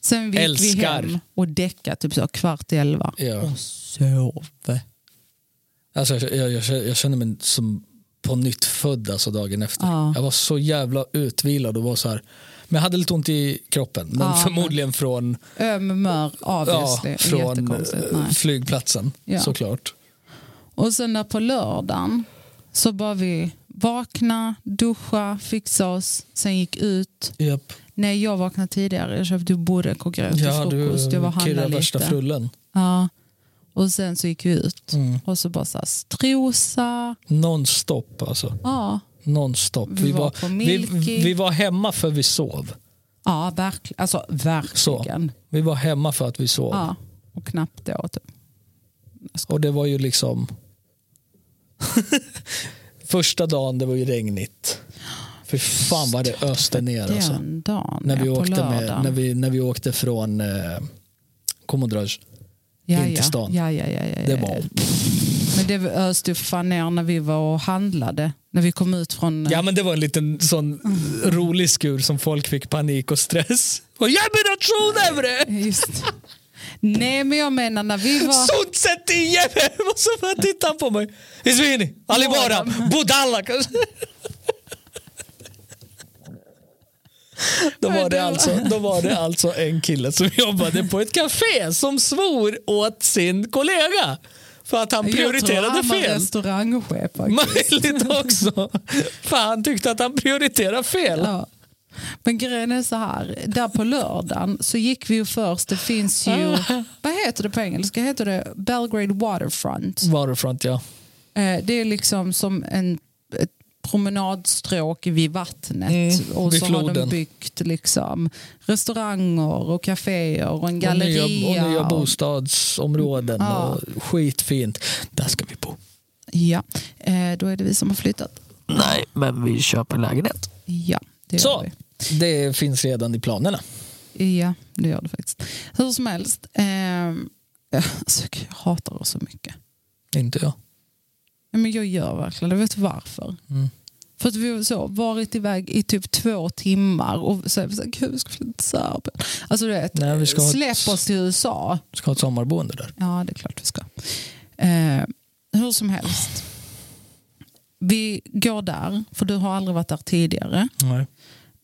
C: Sen gick vi
B: Älskar. Eh.
C: hem och däckade typ så kvart i elva.
B: Ja.
C: Och sov.
B: Alltså, jag, jag, jag, jag kände mig som på nytt född alltså dagen efter.
C: Ja.
B: Jag var så jävla utvilad och var så här. Men jag hade lite ont i kroppen. Men
C: Ja,
B: förmodligen från,
C: Öm mör,
B: ja,
C: obviously.
B: från
C: Jättekonstigt.
B: eh,
C: Nej.
B: flygplatsen
C: Ja.
B: såklart.
C: Och sen där på lördagen så bara vi vakna, duscha, fixa oss, sen gick ut.
B: Japp.
C: Nej, jag vaknade tidigare. Jag köpte burek och gröt till
B: Ja, du
C: frukost. jag var och handlade
B: kirrar
C: lite.
B: värsta frullen.
C: Ja. Och sen så gick vi ut.
B: Mm.
C: Och så bara så här, strosa.
B: Nonstop alltså.
C: Ja,
B: Nonstop.
C: Vi var på
B: vi,
C: Milky.
B: vi var hemma för vi sov.
C: ja verkligen. Alltså verkligen.
B: Vi var hemma för att vi sov.
C: Ja. Och knappt då. Typ.
B: Och det var ju liksom... Första dagen det var ju regnigt. För fan vad det öste ner. Alltså.
C: Den dagen,
B: När, vi
C: ja, på
B: åkte med,
C: lördagen.
B: när, vi, när vi åkte från eh, Komodraj.
C: ja,
B: in till stan.
C: Ja, ja, ja, ja, ja,
B: Det
C: ja.
B: var...
C: Men det öste ju fan ner när vi var och handlade. När vi kom ut från...
B: Ja men det var en liten sån rolig skur som folk fick panik och stress. Och jag menar tron över det!
C: Just. Nej, men jag menar när vi var...
B: Sunt sett igen! Och så bara tittade han på mig. Izvini, Alibara, Budalla kanske. Då var, det alltså, då var det alltså en kille som jobbade på ett café som svor åt sin kollega för att han prioriterade
C: jag tror han var
B: fel.
C: restaurangchef faktiskt.
B: Möjligt också. För han tyckte att han prioriterade fel.
C: Ja. Men grejen är så här, där på lördagen så gick vi ju först, det finns ju,
B: Ah.
C: vad heter det på engelska, heter det Belgrade Waterfront.
B: Waterfront ja.
C: Eh, det är liksom som en, ett promenadstråk vid vattnet
B: Mm,
C: och
B: vid
C: så har de
B: floden.
C: byggt liksom restauranger och kaféer och en
B: Och
C: galleria.
B: nya, och nya bostadsområden
C: Ja.
B: och skitfint. Där ska vi bo.
C: Ja, eh, då är det vi som har flyttat.
B: Nej, men vi köper lägenhet.
C: Ja, det gör
B: Så,
C: vi.
B: det finns redan i planerna.
C: Ja, det gör det faktiskt. Hur som helst, ehm, alltså, jag hatar det så mycket.
B: Inte jag.
C: Ja, men jag gör verkligen det. Vet du varför?
B: Mm.
C: För att vi har så, varit iväg i typ två timmar och så, så, gud vi ska flytta till Serbien. Alltså du vet,
B: Nej, vi ska ha ett-
C: släpp oss till USA.
B: Ska ha ett sommarboende där.
C: Ja, det är klart vi ska. Eh, hur som helst. Vi går där, för du har aldrig varit där tidigare.
B: Nej.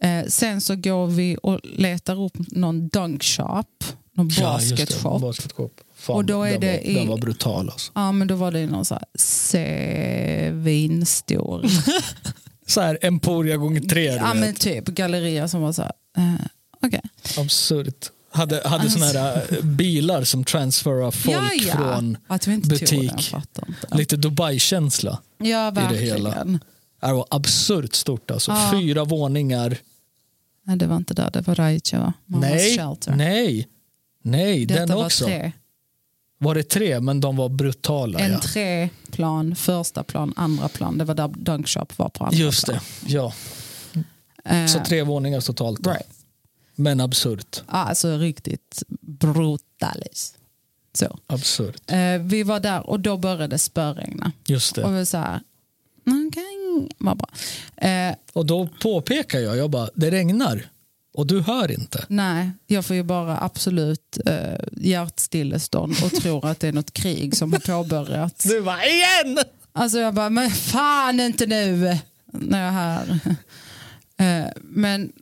C: Eh, sen så går vi och letar upp någon dunkshop, någon basketshop.
B: Basketshop. Fan,
C: Och då är
B: den,
C: det
B: var,
C: i-
B: den var brutal alltså.
C: Ja men då var det någon så här svinstor.
B: Så här Emporia gånger tre.
C: ja
B: Ja,
C: men typ galleria som var så här. Eh, Okej.
B: Absurt. Hade, hade
C: Alltså.
B: såna här eh, bilar som transferar folk
C: Ja, ja.
B: från
C: Att vi inte tog den,
B: butik.
C: fattar inte.
B: lite Dubai-känsla.
C: ja
B: det
C: verkligen.
B: hela. Det var absurt stort alltså.
C: Ja.
B: Fyra våningar.
C: Nej det var inte där, det var Raicha va? Mammas
B: nej,
C: shelter.
B: nej, nej,
C: Detta
B: den
C: var
B: också.
C: tre.
B: Var det tre, men de var brutala.
C: En
B: ja.
C: treplan, första plan, andra plan. Det var där dunkshop var på andra
B: Just
C: plan.
B: det, ja.
C: Alltså, Eh,
B: Så tre våningar totalt. då.
C: right.
B: Men absurt.
C: Ja, Alltså riktigt brutalis. Så.
B: Absurt.
C: Eh, vi var där och då började det spöregna.
B: Just
C: Och
B: det.
C: vi var så här, okej, vad bra. Eh,
B: Och då påpekar jag, jag bara, det regnar och du hör inte.
C: nej, jag får ju bara absolut eh, hjärtstillestånd och tror att det är något krig som har påbörjats.
B: Du bara, igen!
C: Alltså jag bara, men fan inte nu när jag är här. Eh, men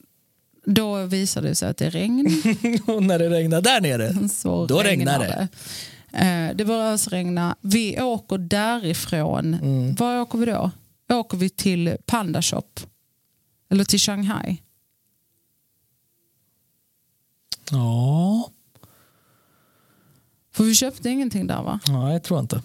C: då visade det sig att det är regn.
B: och när det regnar där nere,
C: Så
B: Då regnar
C: det. Eh, det börjar ösregna. Vi åker därifrån.
B: Mm.
C: Var åker vi då? Åker vi till Panda Shop? Eller till Shanghai?
B: ja,
C: För vi köpte ingenting där va?
B: nej jag tror inte.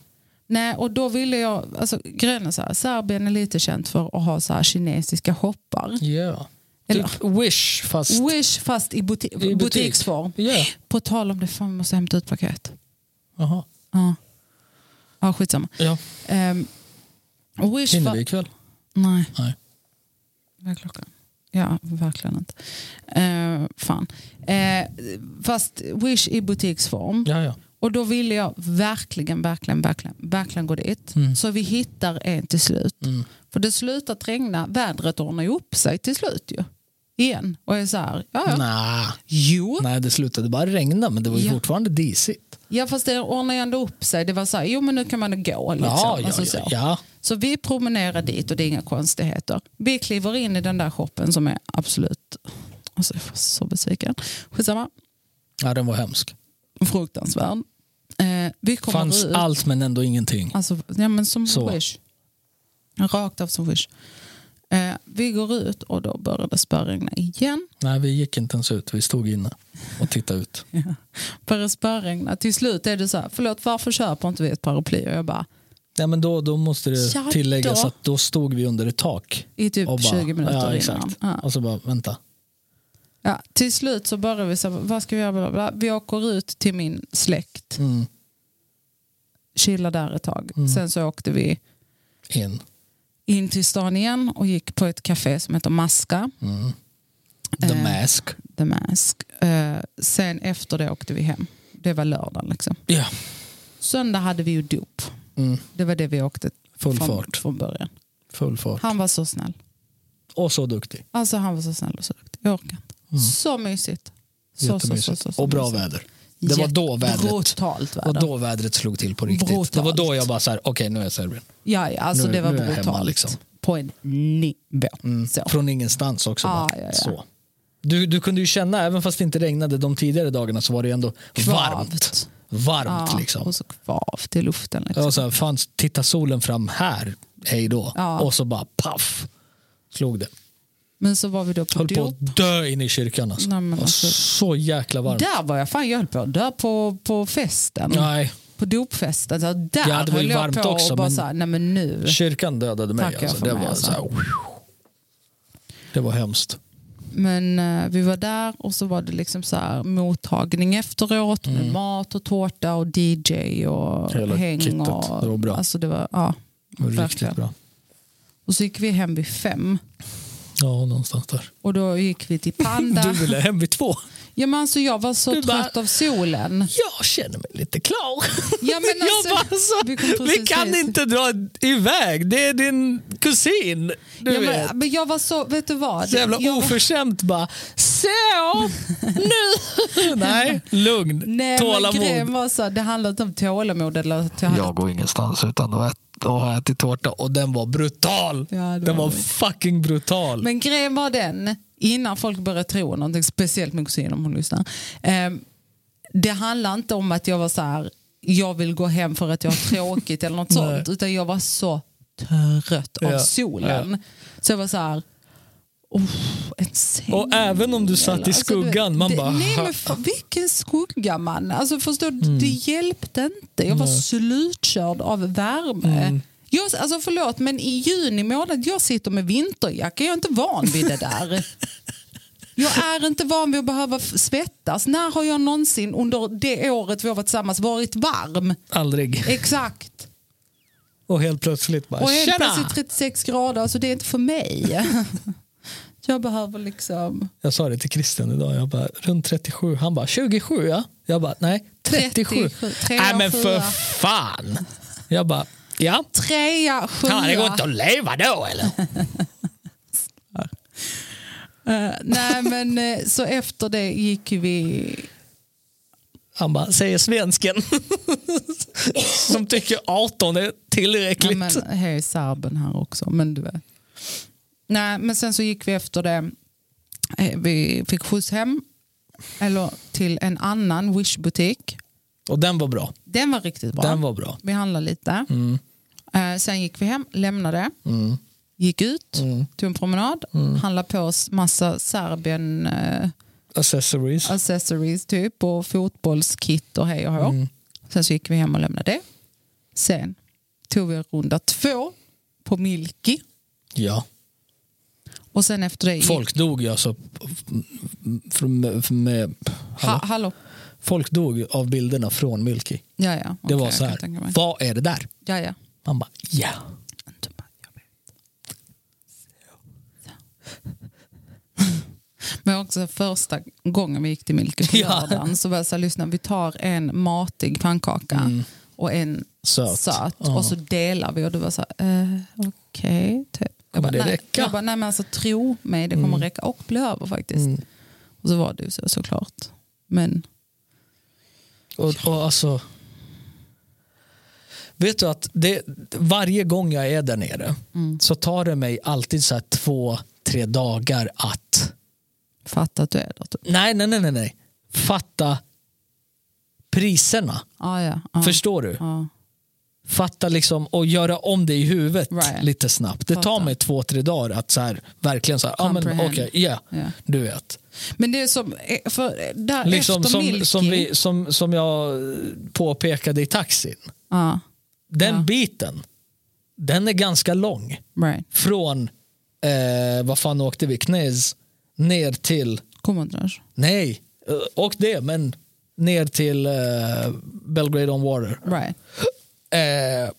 C: Nej, och då ville jag, alltså grejen är så här, Serbien är lite känt för att ha så här kinesiska shoppar.
B: Ja.
C: Eller-
B: Typ Wish Typ fast
C: Wish fast i, buti-
B: butik.
C: butiksform.
B: Ja.
C: På tal om det, fan vi måste hämta ut paket.
B: Jaha.
C: Ja, ja skitsamma.
B: Ja.
C: Um, Wish
B: Hinner
C: fa-
B: vi ikväll?
C: Nej.
B: Nej.
C: Vad är klockan? Ja, verkligen inte. Eh, fan. Eh, fast Wish i butiksform.
B: Ja, ja.
C: Och då ville jag verkligen, verkligen, verkligen, verkligen gå dit.
B: Mm.
C: Så vi hittar en till slut.
B: Mm.
C: För det slutat regna, vädret ordnar ju upp sig till slut ju. igen. Och jag är så här, ja,
B: Mm.
C: ja.
B: Nej.
C: Jo.
B: Nej, det slutade bara regna men det var ju
C: Ja.
B: fortfarande disigt.
C: Ja fast det ordnade ju ändå upp sig. Det var så här, jo men nu kan man gå. Liksom.
B: Ja, ja,
C: Alltså
B: ja,
C: så.
B: ja.
C: så vi promenerar dit och det är inga konstigheter. Vi kliver in i den där shoppen som är absolut, alltså jag var så besviken. Skitsamma,
B: Ja, den var hemsk.
C: fruktansvärd. Eh, vi kommer
B: Fanns
C: ut.
B: allt men ändå ingenting.
C: Alltså, ja, men som
B: Så.
C: Wish. Rakt av som Wish. Eh, vi går ut och då börjar det spöregna igen.
B: Nej, vi gick inte ens ut. Vi stod inne och tittade ut.
C: Börjar spöregna. Till slut är det så här, förlåt varför köper inte vi ett paraply? Och jag bara,
B: Nej, men då, då måste det
C: Ja,
B: tilläggas
C: då.
B: att då stod vi under ett tak.
C: i typ
B: och bara-
C: 20 minuter
B: ja,
C: innan.
B: exakt.
C: Ja.
B: Och så bara, vänta.
C: Ja, till slut så börjar vi så här, vad ska vi göra? Bla, bla, bla. Vi åker ut till min släkt,
B: Mm,
C: chillar där ett tag.
B: Mm.
C: Sen så åkte vi
B: in.
C: in till stan igen och gick på ett café som heter Maska,
B: Mm. The
C: Eh.
B: mask.
C: The Mask. Eh, sen efter det åkte vi hem. Det var lördagen liksom.
B: Ja,
C: Söndag hade vi ju dop.
B: mm.
C: Det var det vi åkte
B: full
C: från,
B: fart.
C: från början.
B: Full fart.
C: Han var så snäll.
B: Och så duktig.
C: Alltså han var så snäll och så duktig. Jag orkar inte. Så mysigt. Så, så, så, så,
B: Mm. Jättemysigt.
C: så
B: Och bra
C: mysigt.
B: väder. Det var då vädret.
C: Brutalt
B: Och
C: väder.
B: då vädret slog till på riktigt.
C: Brutalt.
B: Det var då jag bara så här, okej nu är jag Serbien.
C: Ja, ja, alltså
B: Nu-
C: det var
B: nu är jag hemma,
C: brutalt.
B: liksom.
C: På en nivå.
B: Mm.
C: Så.
B: Från ingenstans också.
C: Ja,
B: bara.
C: ja, ja.
B: Så. Du, du kunde ju känna, även fast det inte regnade de tidigare dagarna så var det ju ändå varmt.
C: Kvavt.
B: Varmt
C: Ja,
B: liksom.
C: Och så kvavt i luften. Liksom.
B: Och så här, fanns, titta solen fram här, hej då.
C: Ja.
B: Och så bara paff, slog det.
C: Men så var vi då på
B: Höll på
C: dop.
B: att dö in i kyrkan alltså.
C: Nej, men
B: Det var
C: alltså-
B: Så jäkla varmt.
C: Där var jag fan, jag höll på att dö på, på festen.
B: Nej,
C: På dopfesten. Så där
B: Ja, det var ju
C: höll jag
B: varmt
C: på
B: också,
C: och bara
B: men-
C: så här, nej men nu.
B: kyrkan dödade mig.
C: Tackar jag
B: Alltså.
C: för
B: Det,
C: mig,
B: var
C: alltså.
B: så här, det var hemskt.
C: Men eh, vi var där och så var det liksom så här mottagning efteråt med mat och tårta och DJ och
B: Mm. Hela
C: häng.
B: kittet.
C: Och,
B: Det var bra.
C: Alltså det var, ja,
B: Det var
C: verkligen.
B: riktigt bra.
C: Och så gick vi hem vid fem
B: Ja, någonstans där.
C: och då gick vi till Panda.
B: Du ville hem vid två.
C: Ja, men alltså, jag var så
B: Du bara-
C: trött av solen.
B: Jag känner mig lite klar.
C: Ja, men alltså,
B: jag bara, alltså,
C: vi
B: vi,
C: kom precis
B: kan
C: hit.
B: inte dra iväg. Det är din kusin. Du
C: ja,
B: vet.
C: men, men jag var så, vet du vad?
B: Så jävla
C: jag,
B: oförskämt bara. Så, nu. Nej, lugn.
C: nej, tålamod. Men grejen
B: Tålamod.
C: var så, här, det handlade inte om tålamod. Eller, att jag hade-
B: Jag går ingenstans utan att ät- att ha ätit tårta och den var brutal.
C: Ja, det
B: den
C: var
B: var
C: det.
B: fucking brutal.
C: Men grejen var den, innan folk började tro någonting, speciellt min kusin om hon lyssnar. ehm, det handlar inte om att jag var så här, jag vill gå hem för att jag har tråkigt eller något sånt. Utan jag var så trött av
B: Ja,
C: solen. Så jag var så här, "Uff, en säng.
B: och även om du satt i
C: Alltså, du vet,
B: skuggan, man
C: det,
B: bara...
C: Nej, men fan, vilken skugga man. Alltså, förstår, du,
B: Mm.
C: Det hjälpte inte. Jag var slutkörd av värme.
B: Mm.
C: Jag, alltså, förlåt, men i juni månad jag sitter med vinterjacka. Jag är inte van vid det där. Jag är inte van vid att behöva f- svettas. När har jag någonsin under det året vi har varit tillsammans varit varm?
B: Aldrig.
C: Exakt.
B: Och helt plötsligt bara,
C: Och helt
B: Äh, tjena!
C: plötsligt 36 grader, alltså det är inte för mig. Jag behöver liksom...
B: Jag sa det till Christian idag, jag bara, runt 37. Han bara, 27 ja? Jag bara, nej 37.
C: 37, tre
B: nej
C: och
B: men för
C: fyra.
B: fan. Jag bara, ja.
C: Trea, sjua.
B: Ja, det går inte att leva då eller?
C: Eh, nej men eh, så efter det gick ju vi...
B: Han bara, säger svensken. Som tycker 18 är
C: Ja,
B: tillräckligt.
C: men, hej serben här också. Men du vet. Nej men sen så gick vi efter det. Eh, Vi fick skjuts hem. Eller till en annan Wish-butik.
B: Och den var bra.
C: Den var riktigt bra.
B: Den var bra.
C: Vi handlade lite.
B: Mm.
C: Eh, sen gick vi hem, lämnade.
B: Mm.
C: Gick ut,
B: Mm.
C: tog en promenad. Handlade på oss massa Serbien eh,
B: Accessories.
C: accessories typ. Och fotbollskit och hej och hå.
B: Mm.
C: Sen så gick vi hem och lämnade det. Sen tog vi runda två på Milky.
B: Ja.
C: Och sen efter det gick...
B: Folk dog ju alltså. Från, från, med, hallå?
C: Ha, hallå?
B: Folk dog av bilderna från Milky.
C: Ja, ja.
B: Det
C: Okej,
B: var så
C: jag kan
B: här,
C: tänka mig.
B: vad är det där?
C: Ja, ja.
B: Man bara, ja.
C: Inte bara, jag vet. Så. Men också första gången vi gick till Milky på
B: Ja.
C: lördagen så var jag så här, lyssna, vi tar en matig pannkaka
B: Mm.
C: och en
B: Söt.
C: söt
B: Ja.
C: och så delar vi och du var så här, eh, okej, typ.
B: Kommer det
C: nej.
B: räcka?
C: Jag bara, nej men alltså tro mig, det kommer räcka och bli över faktiskt.
B: Mm.
C: Och så var det ju så såklart. Men
B: Och, och alltså, vet du att det, varje gång jag är där nere
C: Mm.
B: så tar det mig alltid så här två, tre dagar att
C: fatta att du är där typ.
B: Nej, nej, nej, nej, nej. Fatta priserna.
C: Ah, ja, ah,
B: Förstår du?
C: ja.
B: Fatta liksom och göra om det i huvudet
C: Right.
B: lite snabbt. Det tar
C: Fattar.
B: mig två, tre dagar att så här, verkligen så här, ja men okej,
C: Comprehend.
B: ja,
C: Ja.
B: du vet.
C: Men det är som, eh, för där
B: Liksom
C: efter
B: som,
C: Milky,
B: som, vi, som, som jag påpekade i taxin.
C: ja,
B: Den
C: Ja.
B: biten, den är ganska lång.
C: right.
B: Från, eh, vad fan åkte vi, Knäs ner till,
C: Commanders.
B: nej, eh, och det, men ner till eh, Belgrade on Water.
C: Right. Mm.
B: Eh,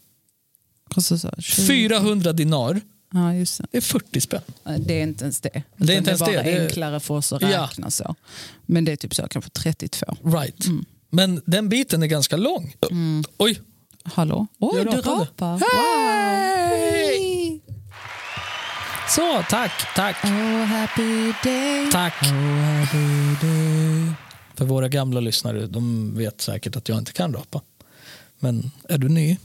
C: Kostar så, 20.
B: 400 dinar,
C: Ja, just det.
B: det är 40 spänn.
C: Nej, Det är inte ens det.
B: Det är
C: Utan
B: inte ens
C: bara
B: det, det är-
C: enklare för oss att
B: Ja.
C: räkna så. Men det är typ så, kanske 32.
B: Right.
C: Mm.
B: Men den biten är ganska lång. Oj.
C: Hallå? Mm. Oj,
B: Jag
C: du
B: rapade.
C: rapar.
B: Hej!
C: Wow.
B: Så, tack, tack,
C: Oh happy day.
B: tack. För våra gamla lyssnare, de vet säkert att jag inte kan rapa. Men är du ny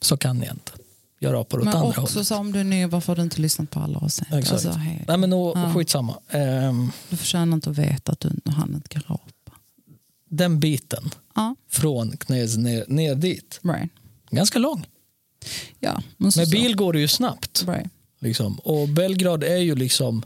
B: så kan jag inte. Jag rapar åt
C: Men
B: andra
C: också
B: hållet.
C: så om du är ny, varför har du inte lyssnat på alla avsnitt?
B: Exakt.
C: Alltså, hej.
B: Nej, men och,
C: Ja.
B: Skitsamma. Ehm,
C: Du förtjänar inte att veta att du och han inte kan rapa.
B: den biten
C: Ja,
B: från Knäs ner, ner dit,
C: right.
B: ganska lång.
C: Ja, men så,
B: Med
C: så.
B: bil går det ju snabbt.
C: Right.
B: Liksom. Och Belgrad är ju liksom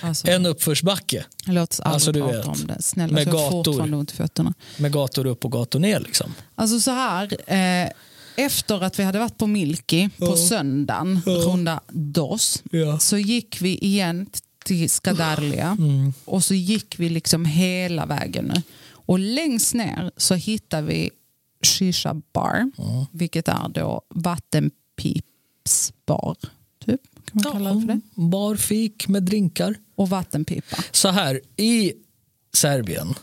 C: Alltså,
B: en uppförsbacke
C: låt oss aldrig
B: Alltså, du
C: prata
B: vet.
C: om det. Snälla,
B: Med
C: så jag har
B: gator.
C: fortfarande ont i fötterna.
B: med gator upp och gator ner. Liksom.
C: Alltså så här, eh, efter att vi hade varit på Milky på söndagen, runda dos,
B: Ja. Mm.
C: så gick vi igen till Skadarlia och så gick vi liksom hela vägen nu. Och längst ner så hittar vi Shisha Bar, vilket är då vattenpipsbar, typ, kan man kalla det för det.
B: Mm. Bar, fik med drinkar.
C: Och vattenpipa.
B: Så här, i Serbien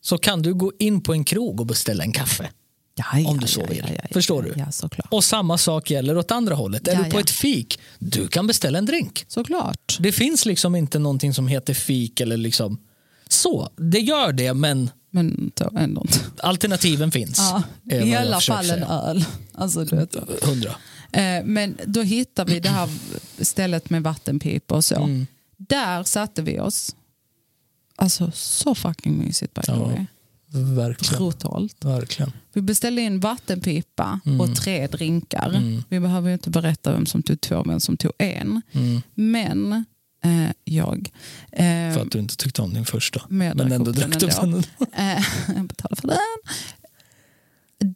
B: så kan du gå in på en krog och beställa en kaffe.
C: Ja, ja,
B: Om du så vill. Förstår du?
C: Ja, såklart.
B: Och samma sak gäller åt andra hållet. Är
C: Ja,
B: du på
C: ja.
B: ett fik, du kan beställa en drink.
C: Såklart.
B: Det finns liksom inte någonting som heter fik eller liksom så. Det gör det, men
C: Men då ändå inte.
B: alternativen finns.
C: Ja,
B: är vad
C: I
B: jag
C: alla
B: försöker
C: fall en
B: säga.
C: öl. Alltså, du vet.
B: Hundra.
C: Eh, Men då hittar vi det här stället med vattenpipa och så.
B: Mm.
C: Där satte vi oss. Alltså så fucking mysigt by the
B: Ja.
C: way.
B: Verkligen.
C: Brutalt.
B: Verkligen.
C: Vi beställde in vattenpipa
B: Mm.
C: och tre drinkar. Vi behöver ju inte berätta vem som tog två och vem som tog en.
B: Mm.
C: Men eh, jag. Eh,
B: För att du inte tyckte om din första.
C: Men jag
B: Men
C: drack
B: ändå
C: upp den
B: drack du upp
C: ändå.
B: den.
C: Eh, jag betalar för den.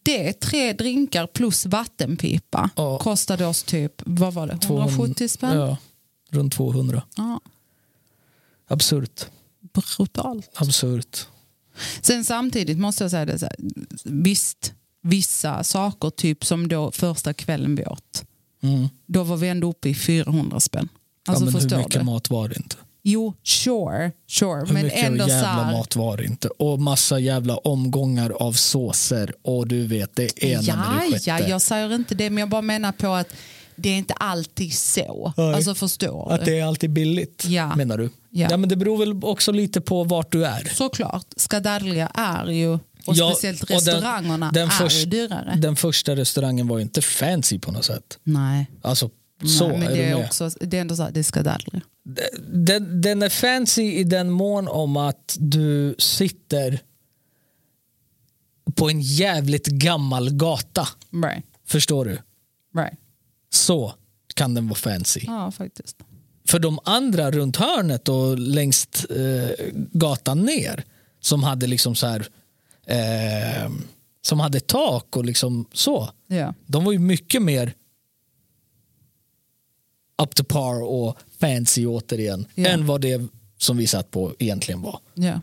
C: Det, är tre drinkar plus vattenpipa
B: Ja.
C: kostade oss typ, vad var det, 170 spänn? Ja.
B: Ja, runt 200. Absurt.
C: brutalt.
B: Absurt.
C: Sen samtidigt måste jag säga det så här, visst, vissa saker, typ som då första kvällen vi åt,
B: Mm.
C: då var vi ändå uppe i 400 spänn. Alltså
B: ja, men hur
C: förstår
B: mycket
C: du?
B: mat var det inte?
C: Jo, sure, sure.
B: Hur
C: men
B: mycket
C: ändå så
B: jävla
C: här,
B: mat var det inte? Och massa jävla omgångar av såser och du vet det ena med
C: Ja,
B: det sjätte.
C: ja, jag säger inte det, men jag bara menar på att det är inte alltid så.
B: Nej.
C: Alltså förstår
B: Att
C: du?
B: det är alltid billigt
C: Ja.
B: menar du?
C: Ja.
B: Nej, men det beror väl också lite på vart du är.
C: Såklart, Skadarlia är ju, och
B: Ja,
C: speciellt
B: och den-
C: restaurangerna
B: den
C: är
B: först-
C: ju dyrare.
B: Den första restaurangen var ju inte fancy på något sätt.
C: Nej,
B: Alltså så
C: Nej, men
B: är
C: det
B: du
C: är,
B: med?
C: också, det är ändå så här, det är Skadarlia.
B: den, den är fancy i den mån om att du sitter på en jävligt gammal gata.
C: Right,
B: Förstår du?
C: right.
B: Så kan den vara fancy.
C: Ja, faktiskt.
B: För de andra runt hörnet och längst eh, gatan ner som hade liksom så här eh, som hade tak och liksom så.
C: Ja.
B: De var ju mycket mer up to par och fancy återigen
C: Ja.
B: än vad det som vi satt på egentligen var.
C: Ja.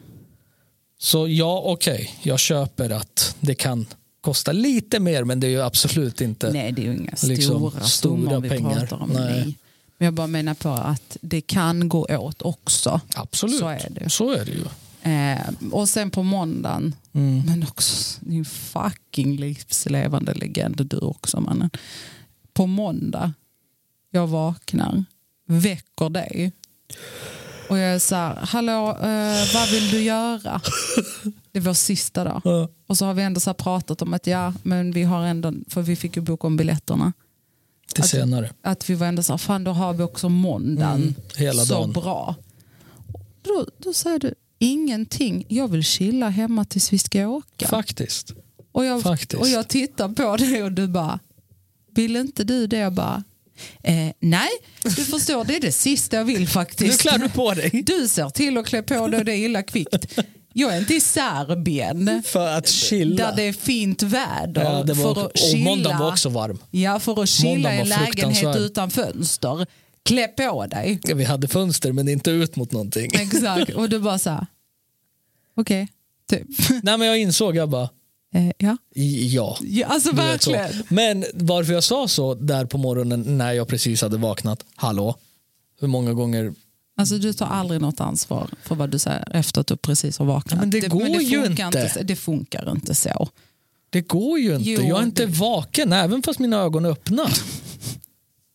B: Så ja, okej, jag köper att det kan kosta lite mer men det är ju absolut inte.
C: Nej, det är ju inga
B: liksom
C: stora,
B: stora
C: summor vi
B: pengar.
C: pratar om.
B: Nej.
C: Nej. Men jag bara menar på att det kan gå åt också.
B: Absolut,
C: Så är det.
B: så är det ju.
C: Eh, och sen på måndagen, men också din fucking livslevande legend du också mannen. På måndag jag vaknar, väcker dig. Och jag är så här, hallå, eh, vad vill du göra? Det är vår sista dag.
B: Ja.
C: Och så har vi ändå så här pratat om att ja, men vi har ändå, för vi fick ju boka om biljetterna.
B: Till senare.
C: Att vi var ändå så här, fan då har vi också måndagen.
B: Mm, hela
C: så
B: dagen.
C: bra. Då, då säger du ingenting, jag vill chilla hemma tills vi ska åka.
B: Faktiskt.
C: Och jag,
B: Faktiskt.
C: och jag tittar på dig och du bara, vill inte du det? Jag bara, eh, nej, du förstår, det är det sista jag vill
B: Nu
C: faktiskt.
B: klär du på dig.
C: Du ser till att klä på dig och det är illa kvickt. Jag är inte i Serbien
B: För att chilla.
C: där det är fint väder
B: ja, det var,
C: för att
B: och
C: chilla,
B: måndagen var också varm.
C: ja, för att chilla
B: Måndagen
C: i en
B: var
C: lägenhet
B: fruktansvärd.
C: utan fönster. Klä på dig.
B: Ja, vi hade fönster men inte ut mot någonting.
C: Exakt, och du bara så här, okej, typ.
B: Nej, men jag insåg, jag bara,
C: Eh, ja.
B: i- ja.
C: ja, alltså
B: Du vet så.
C: verkligen.
B: Men varför jag sa så där på morgonen när jag precis hade vaknat, hallå, hur många gånger
C: Alltså du tar aldrig något ansvar för vad du säger efter att du precis har vaknat.
B: Ja, men det går ju
C: funkar
B: inte.
C: så- Det funkar inte så.
B: Det går ju inte.
C: Jo,
B: jag är inte
C: det-
B: vaken även fast mina ögon är öppna.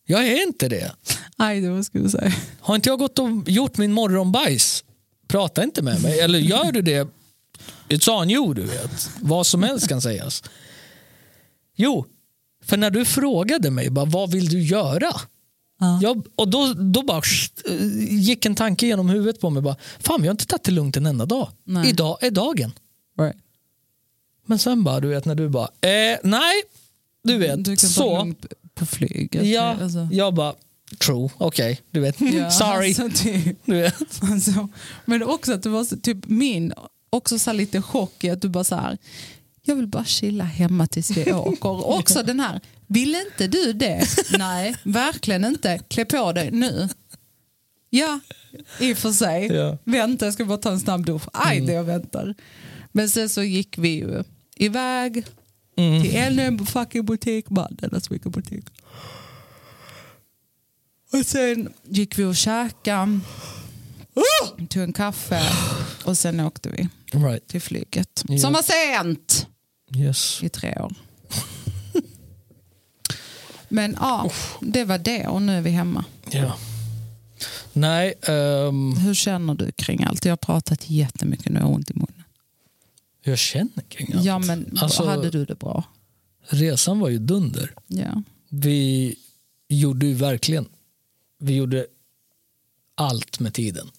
B: jag är inte det.
C: Nej, det var vad skulle du säga.
B: Har inte jag gått och gjort min morgonbajs? Prata inte med mig. Eller gör du det, it's on you. Du vet. Vad som helst kan sägas. Jo, för när du frågade mig bara, vad vill du göra?
C: Ja.
B: Jag, och då, då bara sht, gick en tanke genom huvudet på mig. Bara, Fan, jag har inte tagit det lugnt en enda dag.
C: Nej.
B: Idag är dagen.
C: Right.
B: Men sen bara, du vet när du bara, eh, nej, du vet.
C: Du kan
B: så.
C: ta lugnt på flyget.
B: Ja,
C: Alltså.
B: jag bara, true, okej, du vet,
C: Ja,
B: sorry.
C: Alltså, typ.
B: Du vet.
C: alltså, men också att det var så, typ min, också så här lite chock i att du bara så här, jag vill bara chilla hemma tills vi åker. också den här, vill inte du det? Nej, verkligen inte. Klä på dig nu. Ja, i och för sig.
B: Ja. Mm.
C: Vänta, jag ska bara ta en snabb dusch. Aj, det jag väntar. Men sen så gick vi ju iväg
B: Mm.
C: till ännu en fucking butik. Bara, denna svicker butik. Och sen gick vi och käkade, tog en kaffe och sen åkte vi
B: Right.
C: till flyget.
B: Ja.
C: Som var sent
B: Yes.
C: i tre år. Men ja, det var det och nu är vi hemma.
B: Ja. Nej, ehm,
C: Hur känner du kring allt? Jag har pratat jättemycket nu, jag har ont i munnen.
B: jag känner kring allt.
C: Ja, men
B: Alltså-
C: hade du det bra?
B: Resan var ju dunder.
C: Ja.
B: Vi gjorde ju verkligen, vi gjorde allt med tiden.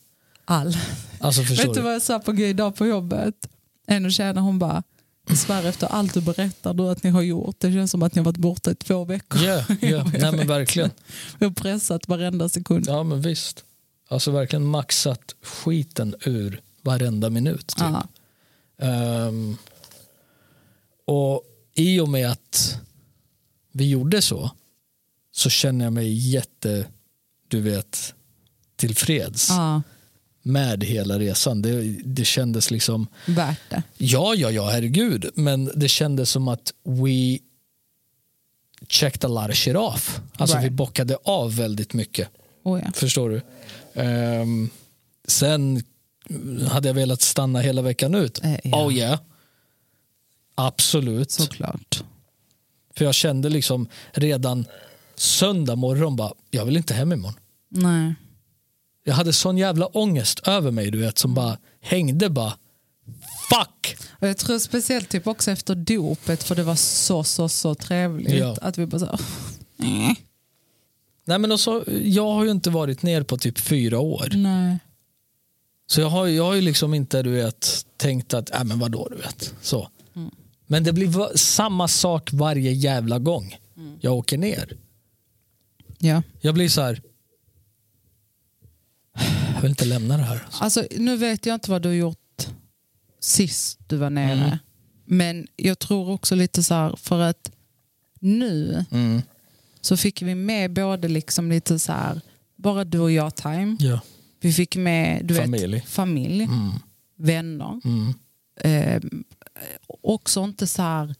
C: All.
B: Alltså förstår
C: Vet du
B: du?
C: vad jag sa på grej idag på jobbet? En och tjänar hon bara, jag svär efter allt du berättar du att ni har gjort. Det känns som att ni har varit borta i två veckor.
B: Ja, ja. Nej men verkligen.
C: Vi har pressat varenda sekund.
B: Ja men visst. Alltså verkligen maxat skiten ur varenda minut. Typ.
C: Ja.
B: Ehm, och i och med att vi gjorde så så känner jag mig jätte, du vet, tillfreds
C: Ja,
B: med hela resan. Det, det kändes liksom,
C: värt det.
B: ja, ja, ja, herregud, men det kändes som att we checked a lot of shit off. Alltså
C: Right.
B: vi bockade av väldigt mycket.
C: Oh, ja.
B: Förstår du? Ehm, sen hade jag velat stanna hela veckan ut.
C: Eh, ja.
B: Oh yeah. Absolut.
C: Såklart.
B: För jag kände liksom redan söndag morgon bara, jag vill inte hem imorgon.
C: Nej.
B: Jag hade sån jävla ångest över mig du vet som bara hängde bara, fuck!
C: Och jag tror speciellt typ också efter dopet, för det var så, så, så trevligt.
B: Ja.
C: Att vi bara så,
B: Nej men och så, jag har ju inte varit ner på typ fyra år.
C: nej.
B: Så jag har, jag har ju liksom inte du vet, tänkt att, äh, men vadå du vet. Så.
C: Mm.
B: Men det blir va- samma sak varje jävla gång
C: Mm.
B: jag åker ner.
C: Ja.
B: Jag blir så här, jag vill inte lämna det här.
C: Alltså, nu vet jag inte vad du har gjort sist du var nere.
B: Mm.
C: Men jag tror också lite så här, för att nu så fick vi med både liksom lite så här, bara du och jag time.
B: Ja.
C: Vi fick med du
B: Familj. Mm.
C: Vet, familj vänner. Eh, också inte så här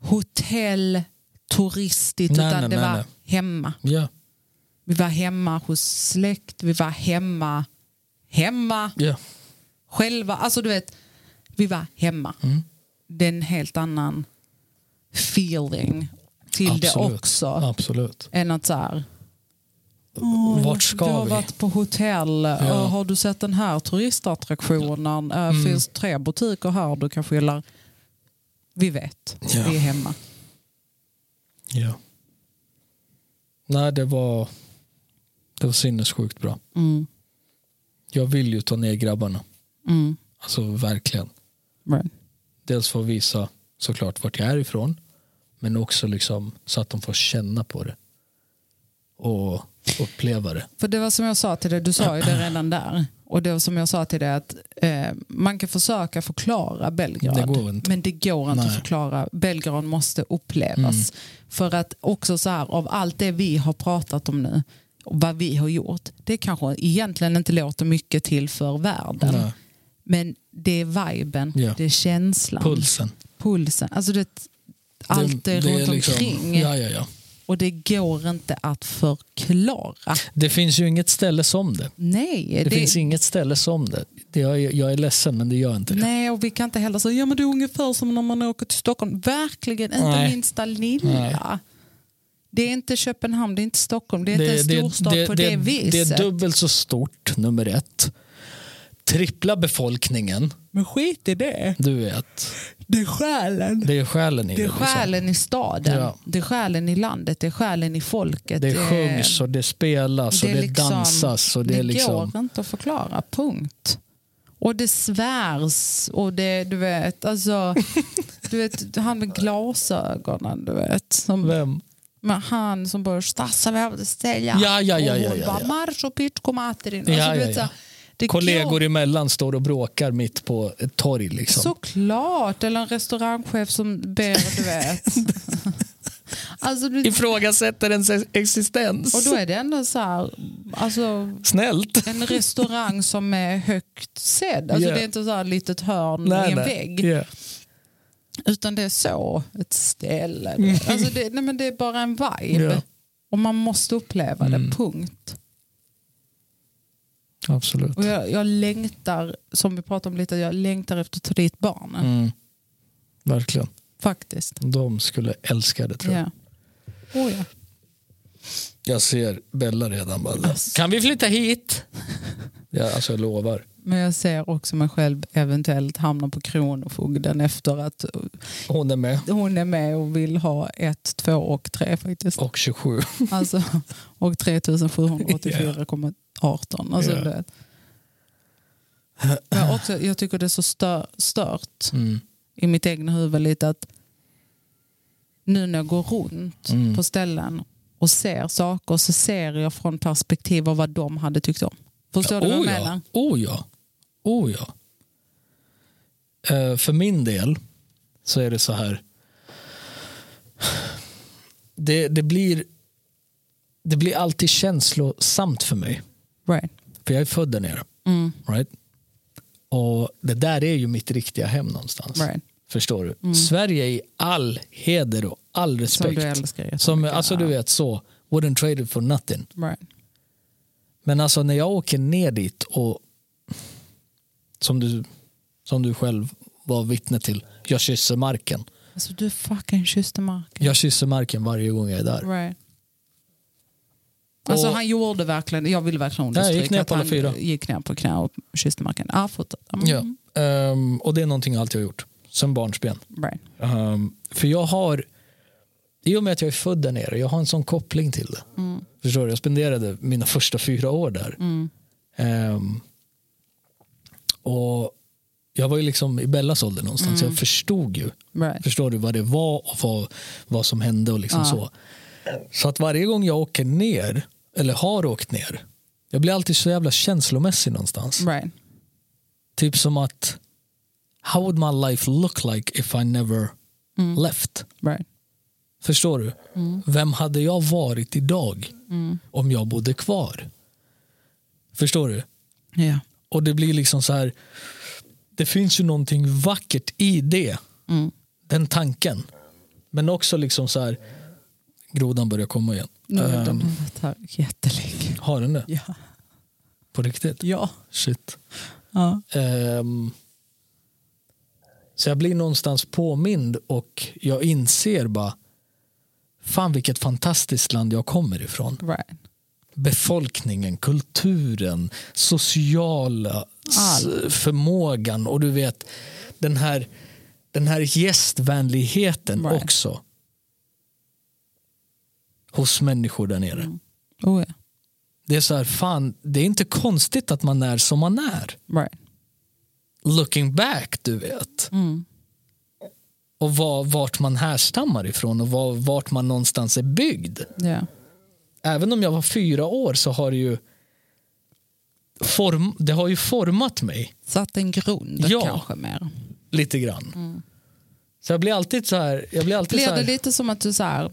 C: hotell, turistigt,
B: Nej,
C: utan
B: nej,
C: det
B: nej,
C: var
B: nej.
C: hemma.
B: Ja.
C: Vi var hemma hos släkt, vi var hemma, hemma
B: Ja.
C: själva. Alltså du vet, vi var hemma.
B: Mm.
C: Det är en helt annan feeling till det
B: Absolut.
C: också.
B: Absolut.
C: Än att så här, Åh,
B: Vart ska
C: du har
B: vi?
C: varit på hotell.
B: Ja. Mm.
C: Och har du sett den här turistattraktionen? Eh, Finns tre butiker här du kan skylla? Vi vet,
B: Ja.
C: vi är hemma.
B: Ja. Nej, det var, det var sinnessjukt bra.
C: Mm.
B: Jag vill ju ta ner grabbarna.
C: Mm.
B: Alltså verkligen.
C: Right.
B: Dels för att visa såklart vart jag är ifrån. Men också liksom så att de får känna på det. Och uppleva det.
C: För det var som jag sa till dig, du sa ju det redan där. Och det var som jag sa till dig att eh, man kan försöka förklara Belgrad.
B: Det går inte.
C: Men det går inte att
B: Nej. Mm.
C: förklara. Belgrad måste upplevas. För att också så här, av allt det vi har pratat om nu och vad vi har gjort, det kanske egentligen inte låter mycket till för världen.
B: Nej.
C: Men det är viben,
B: Ja.
C: det är känslan,
B: Pulsen.
C: pulsen. Alltså det, allt det, runt
B: liksom-
C: omkring.
B: Ja, ja, ja.
C: Och det går inte att förklara.
B: Det finns ju inget ställe som det.
C: Nej,
B: Det, finns inget ställe som det. det jag, är- jag är ledsen men det gör inte det.
C: Nej, och vi kan inte heller säga ja, men det är ungefär som när man åker till Stockholm. Verkligen inte
B: Nej.
C: minsta lilla. Det är inte Köpenhamn, det är inte Stockholm, det är inte en storstad på det, viset.
B: Det är dubbelt så stort, nummer ett. Trippla befolkningen,
C: men skit i det,
B: du vet.
C: det är själen.
B: Det är själen i
C: Det är
B: liksom.
C: själen i staden,
B: Ja.
C: det är själen i landet, det är själen i folket.
B: Det
C: är-
B: sjungs och det spelas och
C: eh, är
B: det,
C: liksom-
B: dansas och det, är liksom...
C: går inte att förklara, punkt. Och det svärs och det, du vet, alltså, du vet, han med glasögonen, du vet, som
B: Vem?
C: Men han som bara stassa vi har att sälja.
B: Ja, ja, ja,
C: och
B: ja,
C: hon
B: ja,
C: bara
B: ja.
C: marsch och Alltså, pitch kom atterin.
B: Ja, ja, ja.
C: Det
B: Kollegor
C: går,
B: emellan står och bråkar mitt på ett torg liksom.
C: Såklart, eller en restaurangchef som ber, du vet. alltså, du,
B: Ifrågasätter ens existens.
C: och då är det ändå så här, alltså,
B: Snällt.
C: en restaurang som är högt sedd. Alltså,
B: Ja.
C: Det är inte så här litet hörn i en vägg.
B: Ja.
C: Utan det är så, ett ställe. du vet. Alltså, det, nej, men det är bara en vibe.
B: Ja. Mm.
C: Och man måste uppleva det, punkt.
B: Absolut.
C: Och jag, jag längtar, som vi pratade om lite, jag längtar efter att ta dit barnen.
B: Mm. Verkligen.
C: Faktiskt.
B: De skulle älska det tror jag.
C: Ja. Oh, ja.
B: Jag ser Bella redan bara.
C: Alltså.
B: Kan vi flytta hit? Ja, alltså jag lovar.
C: Men jag ser också mig själv eventuellt hamna på Kronofogden efter att
B: Hon är med.
C: hon är med och vill ha ett, två och tre faktiskt.
B: Och 27.
C: Alltså, och 3784,18. Alltså,
B: Ja.
C: yeah. Men också, jag tycker det är så stör, stört
B: Mm.
C: i mitt egna huvud lite att nu när jag går runt
B: Mm.
C: på ställen och ser saker så ser jag från perspektiv av vad de hade tyckt om. Förstår du vad jag
B: Oh
C: menar?
B: ja. Oh ja. Oh ja. Eh, för min del så är det så här. Det, det, blir, det blir alltid känslosamt för mig.
C: Right.
B: För jag är född där nere.
C: Mm,
B: Right? Och det där är ju mitt riktiga hem någonstans.
C: right. Mm.
B: Förstår du? Sverige i all heder och all
C: Som
B: respekt.
C: du älskar jättemycket.
B: Som, alltså du vet så, wouldn't trade it for nothing.
C: Right.
B: Men alltså när jag åker ner dit och som du, som du själv var vittne till, jag kysser marken.
C: Alltså du fucking kysste marken.
B: Jag kysser marken varje gång jag är där.
C: Right. Alltså
B: Och-
C: han gjorde verkligen, jag vill verkligen
B: Ja, jag gick
C: understryka
B: ner
C: att
B: på alla
C: han
B: fyra.
C: gick ner på knä och kysste marken. Ah, fortsätt. Mm.
B: Ja. Ehm, och det är någonting jag alltid har gjort, sen barnsben.
C: Right.
B: Ehm, för jag har, i och med att jag är född där nere, jag har en sån koppling till det. Förstår du? Jag spenderade mina första fyra år där. Ehm, och jag var ju liksom i Bellas ålder någonstans, så jag förstod ju.
C: Right.
B: Förstår du vad det var och vad, vad som hände och liksom
C: Ja.
B: så. Så att varje gång jag åker ner, eller har åkt ner, jag blir alltid så jävla känslomässig någonstans.
C: Right.
B: Typ som att How would my life look like if I never left?
C: Right.
B: Förstår du? Vem hade jag varit idag om jag bodde kvar? Förstår du?
C: Ja.
B: Och det blir liksom så här. Det finns ju någonting vackert i det. Den tanken. Men också liksom så här. Grodan börjar komma igen.
C: Nu har den
B: Ehm,
C: varit här jättelänge.
B: har den det?
C: Ja.
B: På riktigt?
C: Ja.
B: Shit.
C: ja.
B: Ehm, så jag blir någonstans påmind och jag inser bara fan vilket fantastiskt land jag kommer ifrån.
C: Right.
B: befolkningen, kulturen, sociala s- förmågan och du vet den här, den här gästvänligheten
C: Right.
B: också. Hos människor där nere.
C: Oh, ja.
B: Det är så här, fan, det är inte konstigt att man är som man är.
C: Right.
B: Looking back, du vet.
C: Mm.
B: Och var, vart man härstammar ifrån och var, vart man någonstans är byggd.
C: Yeah.
B: även om jag var fyra år så har det ju, form, det har ju format mig
C: Satt en grund
B: Ja.
C: kanske mer.
B: lite grann. Så jag blir alltid så här... Jag blir alltid så
C: Mm. Blev det
B: här
C: lite som att du så här,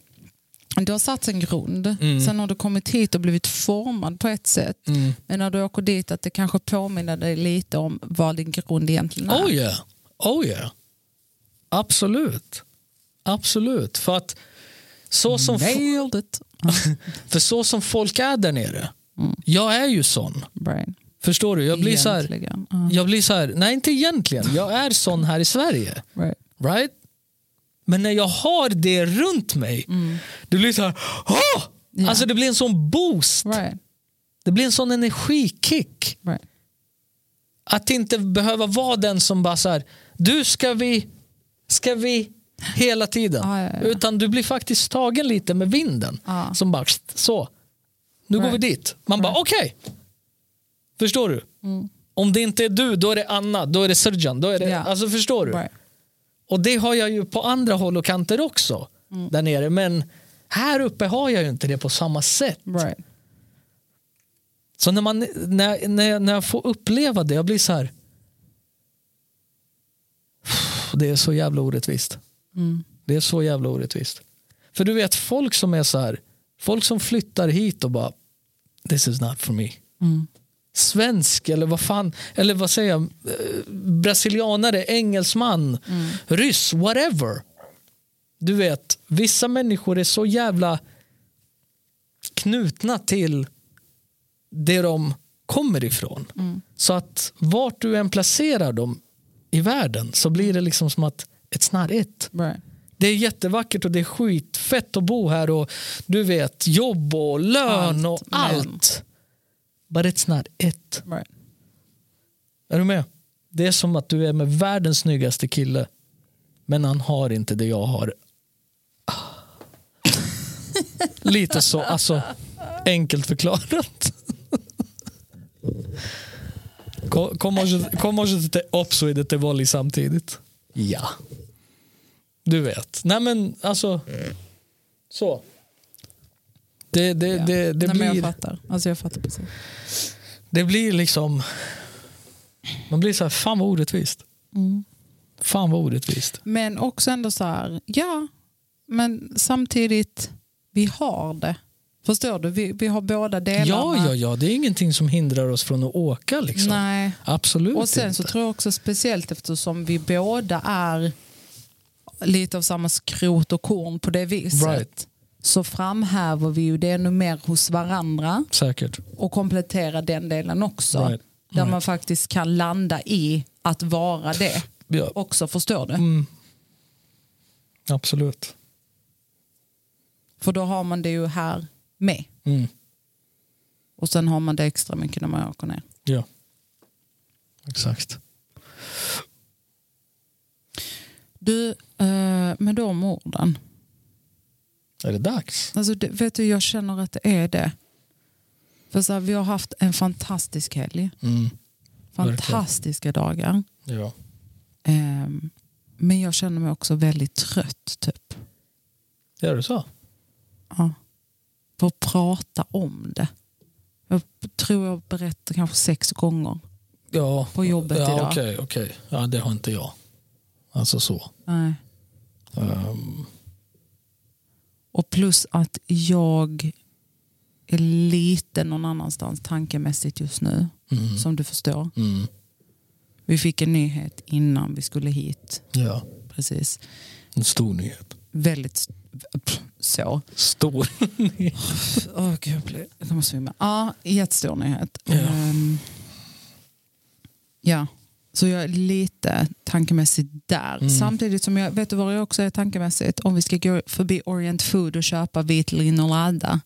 C: du har satt en grund, sen har du kommit hit och blivit formad på ett sätt.
B: Mm.
C: Men när du åker dit att det kanske påminner dig lite om vad din grund egentligen är.
B: Oh yeah. oh yeah. Absolut. Absolut. För att så som, fo-
C: Nailed it.
B: för så som folk är där nere.
C: Mm.
B: Jag är ju sån.
C: Brain.
B: Förstår du? Jag blir så här,
C: Egentligen. Ja,
B: jag blir så här, nej inte egentligen. Jag är sån här i Sverige.
C: right.
B: Right? Men när jag har det runt mig, det blir så här, Åh!
C: Mm. Ja.
B: alltså det blir en sån boost.
C: Right.
B: Det blir en sån energikick.
C: Right.
B: Att inte behöva vara den som bara så här, du ska vi, ska vi hela tiden.
C: Ja, ja, ja.
B: Utan du blir faktiskt tagen lite med vinden.
C: Ja.
B: Som bara, "Pst, så, nu går vi
C: Right. Mm.
B: dit. Man bara, okej. Förstår du? Om det inte är du, då är det Anna, då är det Surjan, då är det,
C: Ja.
B: alltså förstår du?
C: Right.
B: Och det har jag ju på andra håll och kanter också. Där nere. Men här uppe har jag ju inte det på samma sätt.
C: Right.
B: Så när, man, när, när, jag- när jag får uppleva det, jag blir så här. Det är så jävla orättvist. Det är så jävla orättvist. För du vet folk som är så här. Folk som flyttar hit och bara this is not for me. Svensk eller vad fan, eller vad säger jag, eh, brasilianare, engelsman, ryss, whatever. Du vet, vissa människor är så jävla knutna till det de kommer ifrån. Så att vart du än placerar dem i världen så blir det liksom som att it's not it.
C: Right.
B: Det är jättevackert och det är skitfett att bo här och du vet jobb och lön
C: Allt,
B: och
C: men-
B: allt. But it's not it.
C: Right.
B: Är du med? Det är som att du är med världens snyggaste kille men han har inte det jag har. Ah. Lite så, alltså enkelt förklarat. Ko- como- Como je te opso i det te volley samtidigt? Ja. Du vet. Nej men alltså. Så. Det, det,
C: Ja.
B: det, det
C: Nej, men
B: blir...
C: jag fattar. Alltså, jag fattar precis.
B: Det blir liksom... Man blir så här, fan vad orättvist.
C: Mm.
B: Fan vad orättvist.
C: Men också ändå så här, ja, men samtidigt, vi har det. Förstår du? Vi, vi har båda
B: Ja,
C: delarna.
B: ja, ja, det är ingenting som hindrar oss från att åka. Liksom.
C: Nej.
B: Absolut
C: Och sen så
B: inte.
C: tror jag också speciellt eftersom vi båda är lite av samma skrot och korn på det viset.
B: Right.
C: Så framhäver vi ju det ännu mer hos varandra
B: Säkert.
C: och kompletterar den delen också.
B: Right.
C: Där man faktiskt kan landa i att vara det
B: Ja.
C: också, förstår du?
B: Mm. Absolut.
C: För då har man det ju här med.
B: Mm.
C: Och sen har man det extra mycket när man åker ner.
B: Ja. Exakt.
C: Du, eh, med de orden.
B: Är det dags?
C: Alltså, det, vet du, jag känner att det är det. För så här, vi har haft en fantastisk helg.
B: Mm.
C: Fantastiska dagar.
B: Ja.
C: Ehm, men jag känner mig också väldigt trött. Typ.
B: Gör du så?
C: Ja. För att prata om det. Jag tror jag berättar kanske sex gånger
B: Ja.
C: på jobbet
B: Ja,
C: idag.
B: okej, okej. Ja, det har inte jag. Alltså så.
C: Nej.
B: Ehm,
C: Och plus att jag är lite någon annanstans tankemässigt just nu.
B: mm,
C: Som du förstår.
B: mm,
C: Vi fick en nyhet innan vi skulle hit.
B: ja.
C: Precis.
B: En stor nyhet.
C: Väldigt pff, så.
B: Stor.
C: Åh, gud, jag blir- jag kommer svimma. Ja, jättestor nyhet.
B: Ja.
C: Ehm, ja, så jag är lite tankemässigt där.
B: Mm.
C: Samtidigt som jag, vet du vad jag också är tankemässigt? Om vi ska gå förbi Orient Food och köpa vit linolada.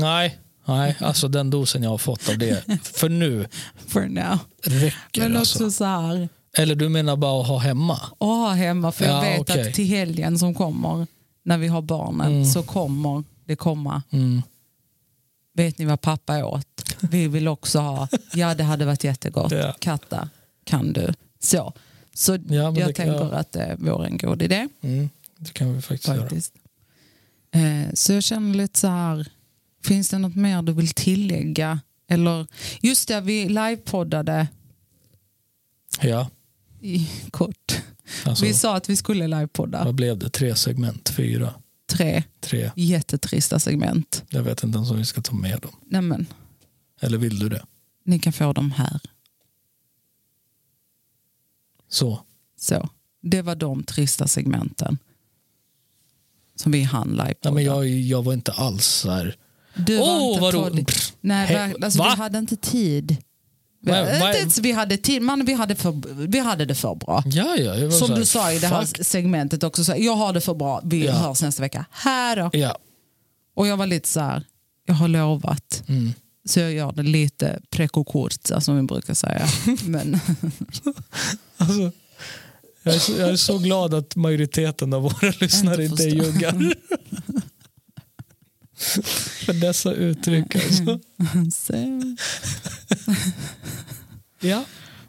B: Nej, nej, alltså den dosen jag har fått av det för nu
C: For now.
B: räcker
C: Men
B: alltså.
C: också så här,
B: Eller du menar bara att ha hemma?
C: att ha hemma. För
B: Ja,
C: jag vet
B: okej.
C: att till helgen som kommer, när vi har barnen,
B: Mm.
C: så kommer det komma
B: Mm.
C: Vet ni vad pappa åt? Vi vill också ha. Ja, det hade varit jättegott.
B: Ja.
C: Katta, kan du? Så, så
B: men det-
C: jag tänker
B: ja.
C: att det vore en god idé.
B: Mm. Det kan vi faktiskt göra.
C: faktiskt. Eh, så jag känner lite så här, finns det något mer du vill tillägga? Eller, just det, vi livepoddade
B: Ja,
C: i, kort.
B: alltså,
C: Vi sa att vi skulle livepodda.
B: vad blev det? Tre segment? Fyra?
C: Tre
B: Tre?
C: jättetrista segment.
B: Jag vet inte ens om vi ska ta med dem.
C: Nej men,
B: Eller vill du det?
C: ni kan få dem här.
B: Så.
C: Så. Det var de trista segmenten. Som vi hann livepodda.
B: Nej, men jag, jag var inte alls så här...
C: Du var
B: Åh,
C: inte
B: vad
C: tålig.
B: roligt.
C: Nej,
B: Hej,
C: verkligen. alltså,
B: va?
C: vi hade inte tid. Vi,
B: Vad-
C: inte
B: vad-
C: ens, vi hade tid, man, vi hade, för, vi hade det för bra.
B: Ja, ja, jag var så
C: Som
B: här,
C: du sa i det här
B: fuck.
C: segmentet också, så här, jag har det för bra, vi
B: Ja.
C: hörs nästa vecka. Här då.
B: Ja.
C: Och jag var lite så här, jag har lovat.
B: Mm.
C: Så jag gör det lite prekokurt, som vi brukar säga. Men,
B: Alltså, jag, är så, jag är så glad att majoriteten av våra lyssnare inte är
C: förstå.
B: juggar. För dessa uttryck
C: Mm.
B: alltså.
C: så,
B: Ja,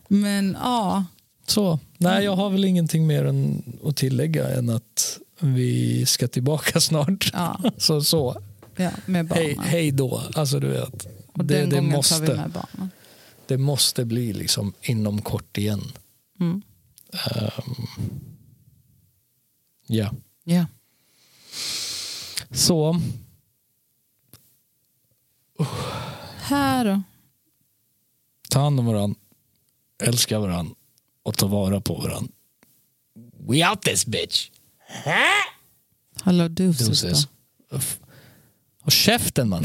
C: men ja,
B: så. Nej, jag har väl ingenting mer än att tillägga än att vi ska tillbaka snart.
C: ja,
B: Så, så.
C: ja, med
B: Hej,
C: barnen.
B: hej då. Alltså du vet.
C: Och
B: Det,
C: den
B: det,
C: gången tar vi
B: måste,
C: med barnen.
B: det måste bli liksom inom kort igen.
C: Mm.
B: Ehm, ja.
C: Ja.
B: Så.
C: Här då.
B: Ta hand om varandra. Älska varandra. Och ta vara på varandra. We out this bitch.
C: Hallå du syster.
B: Doses. Uff. Och käften man.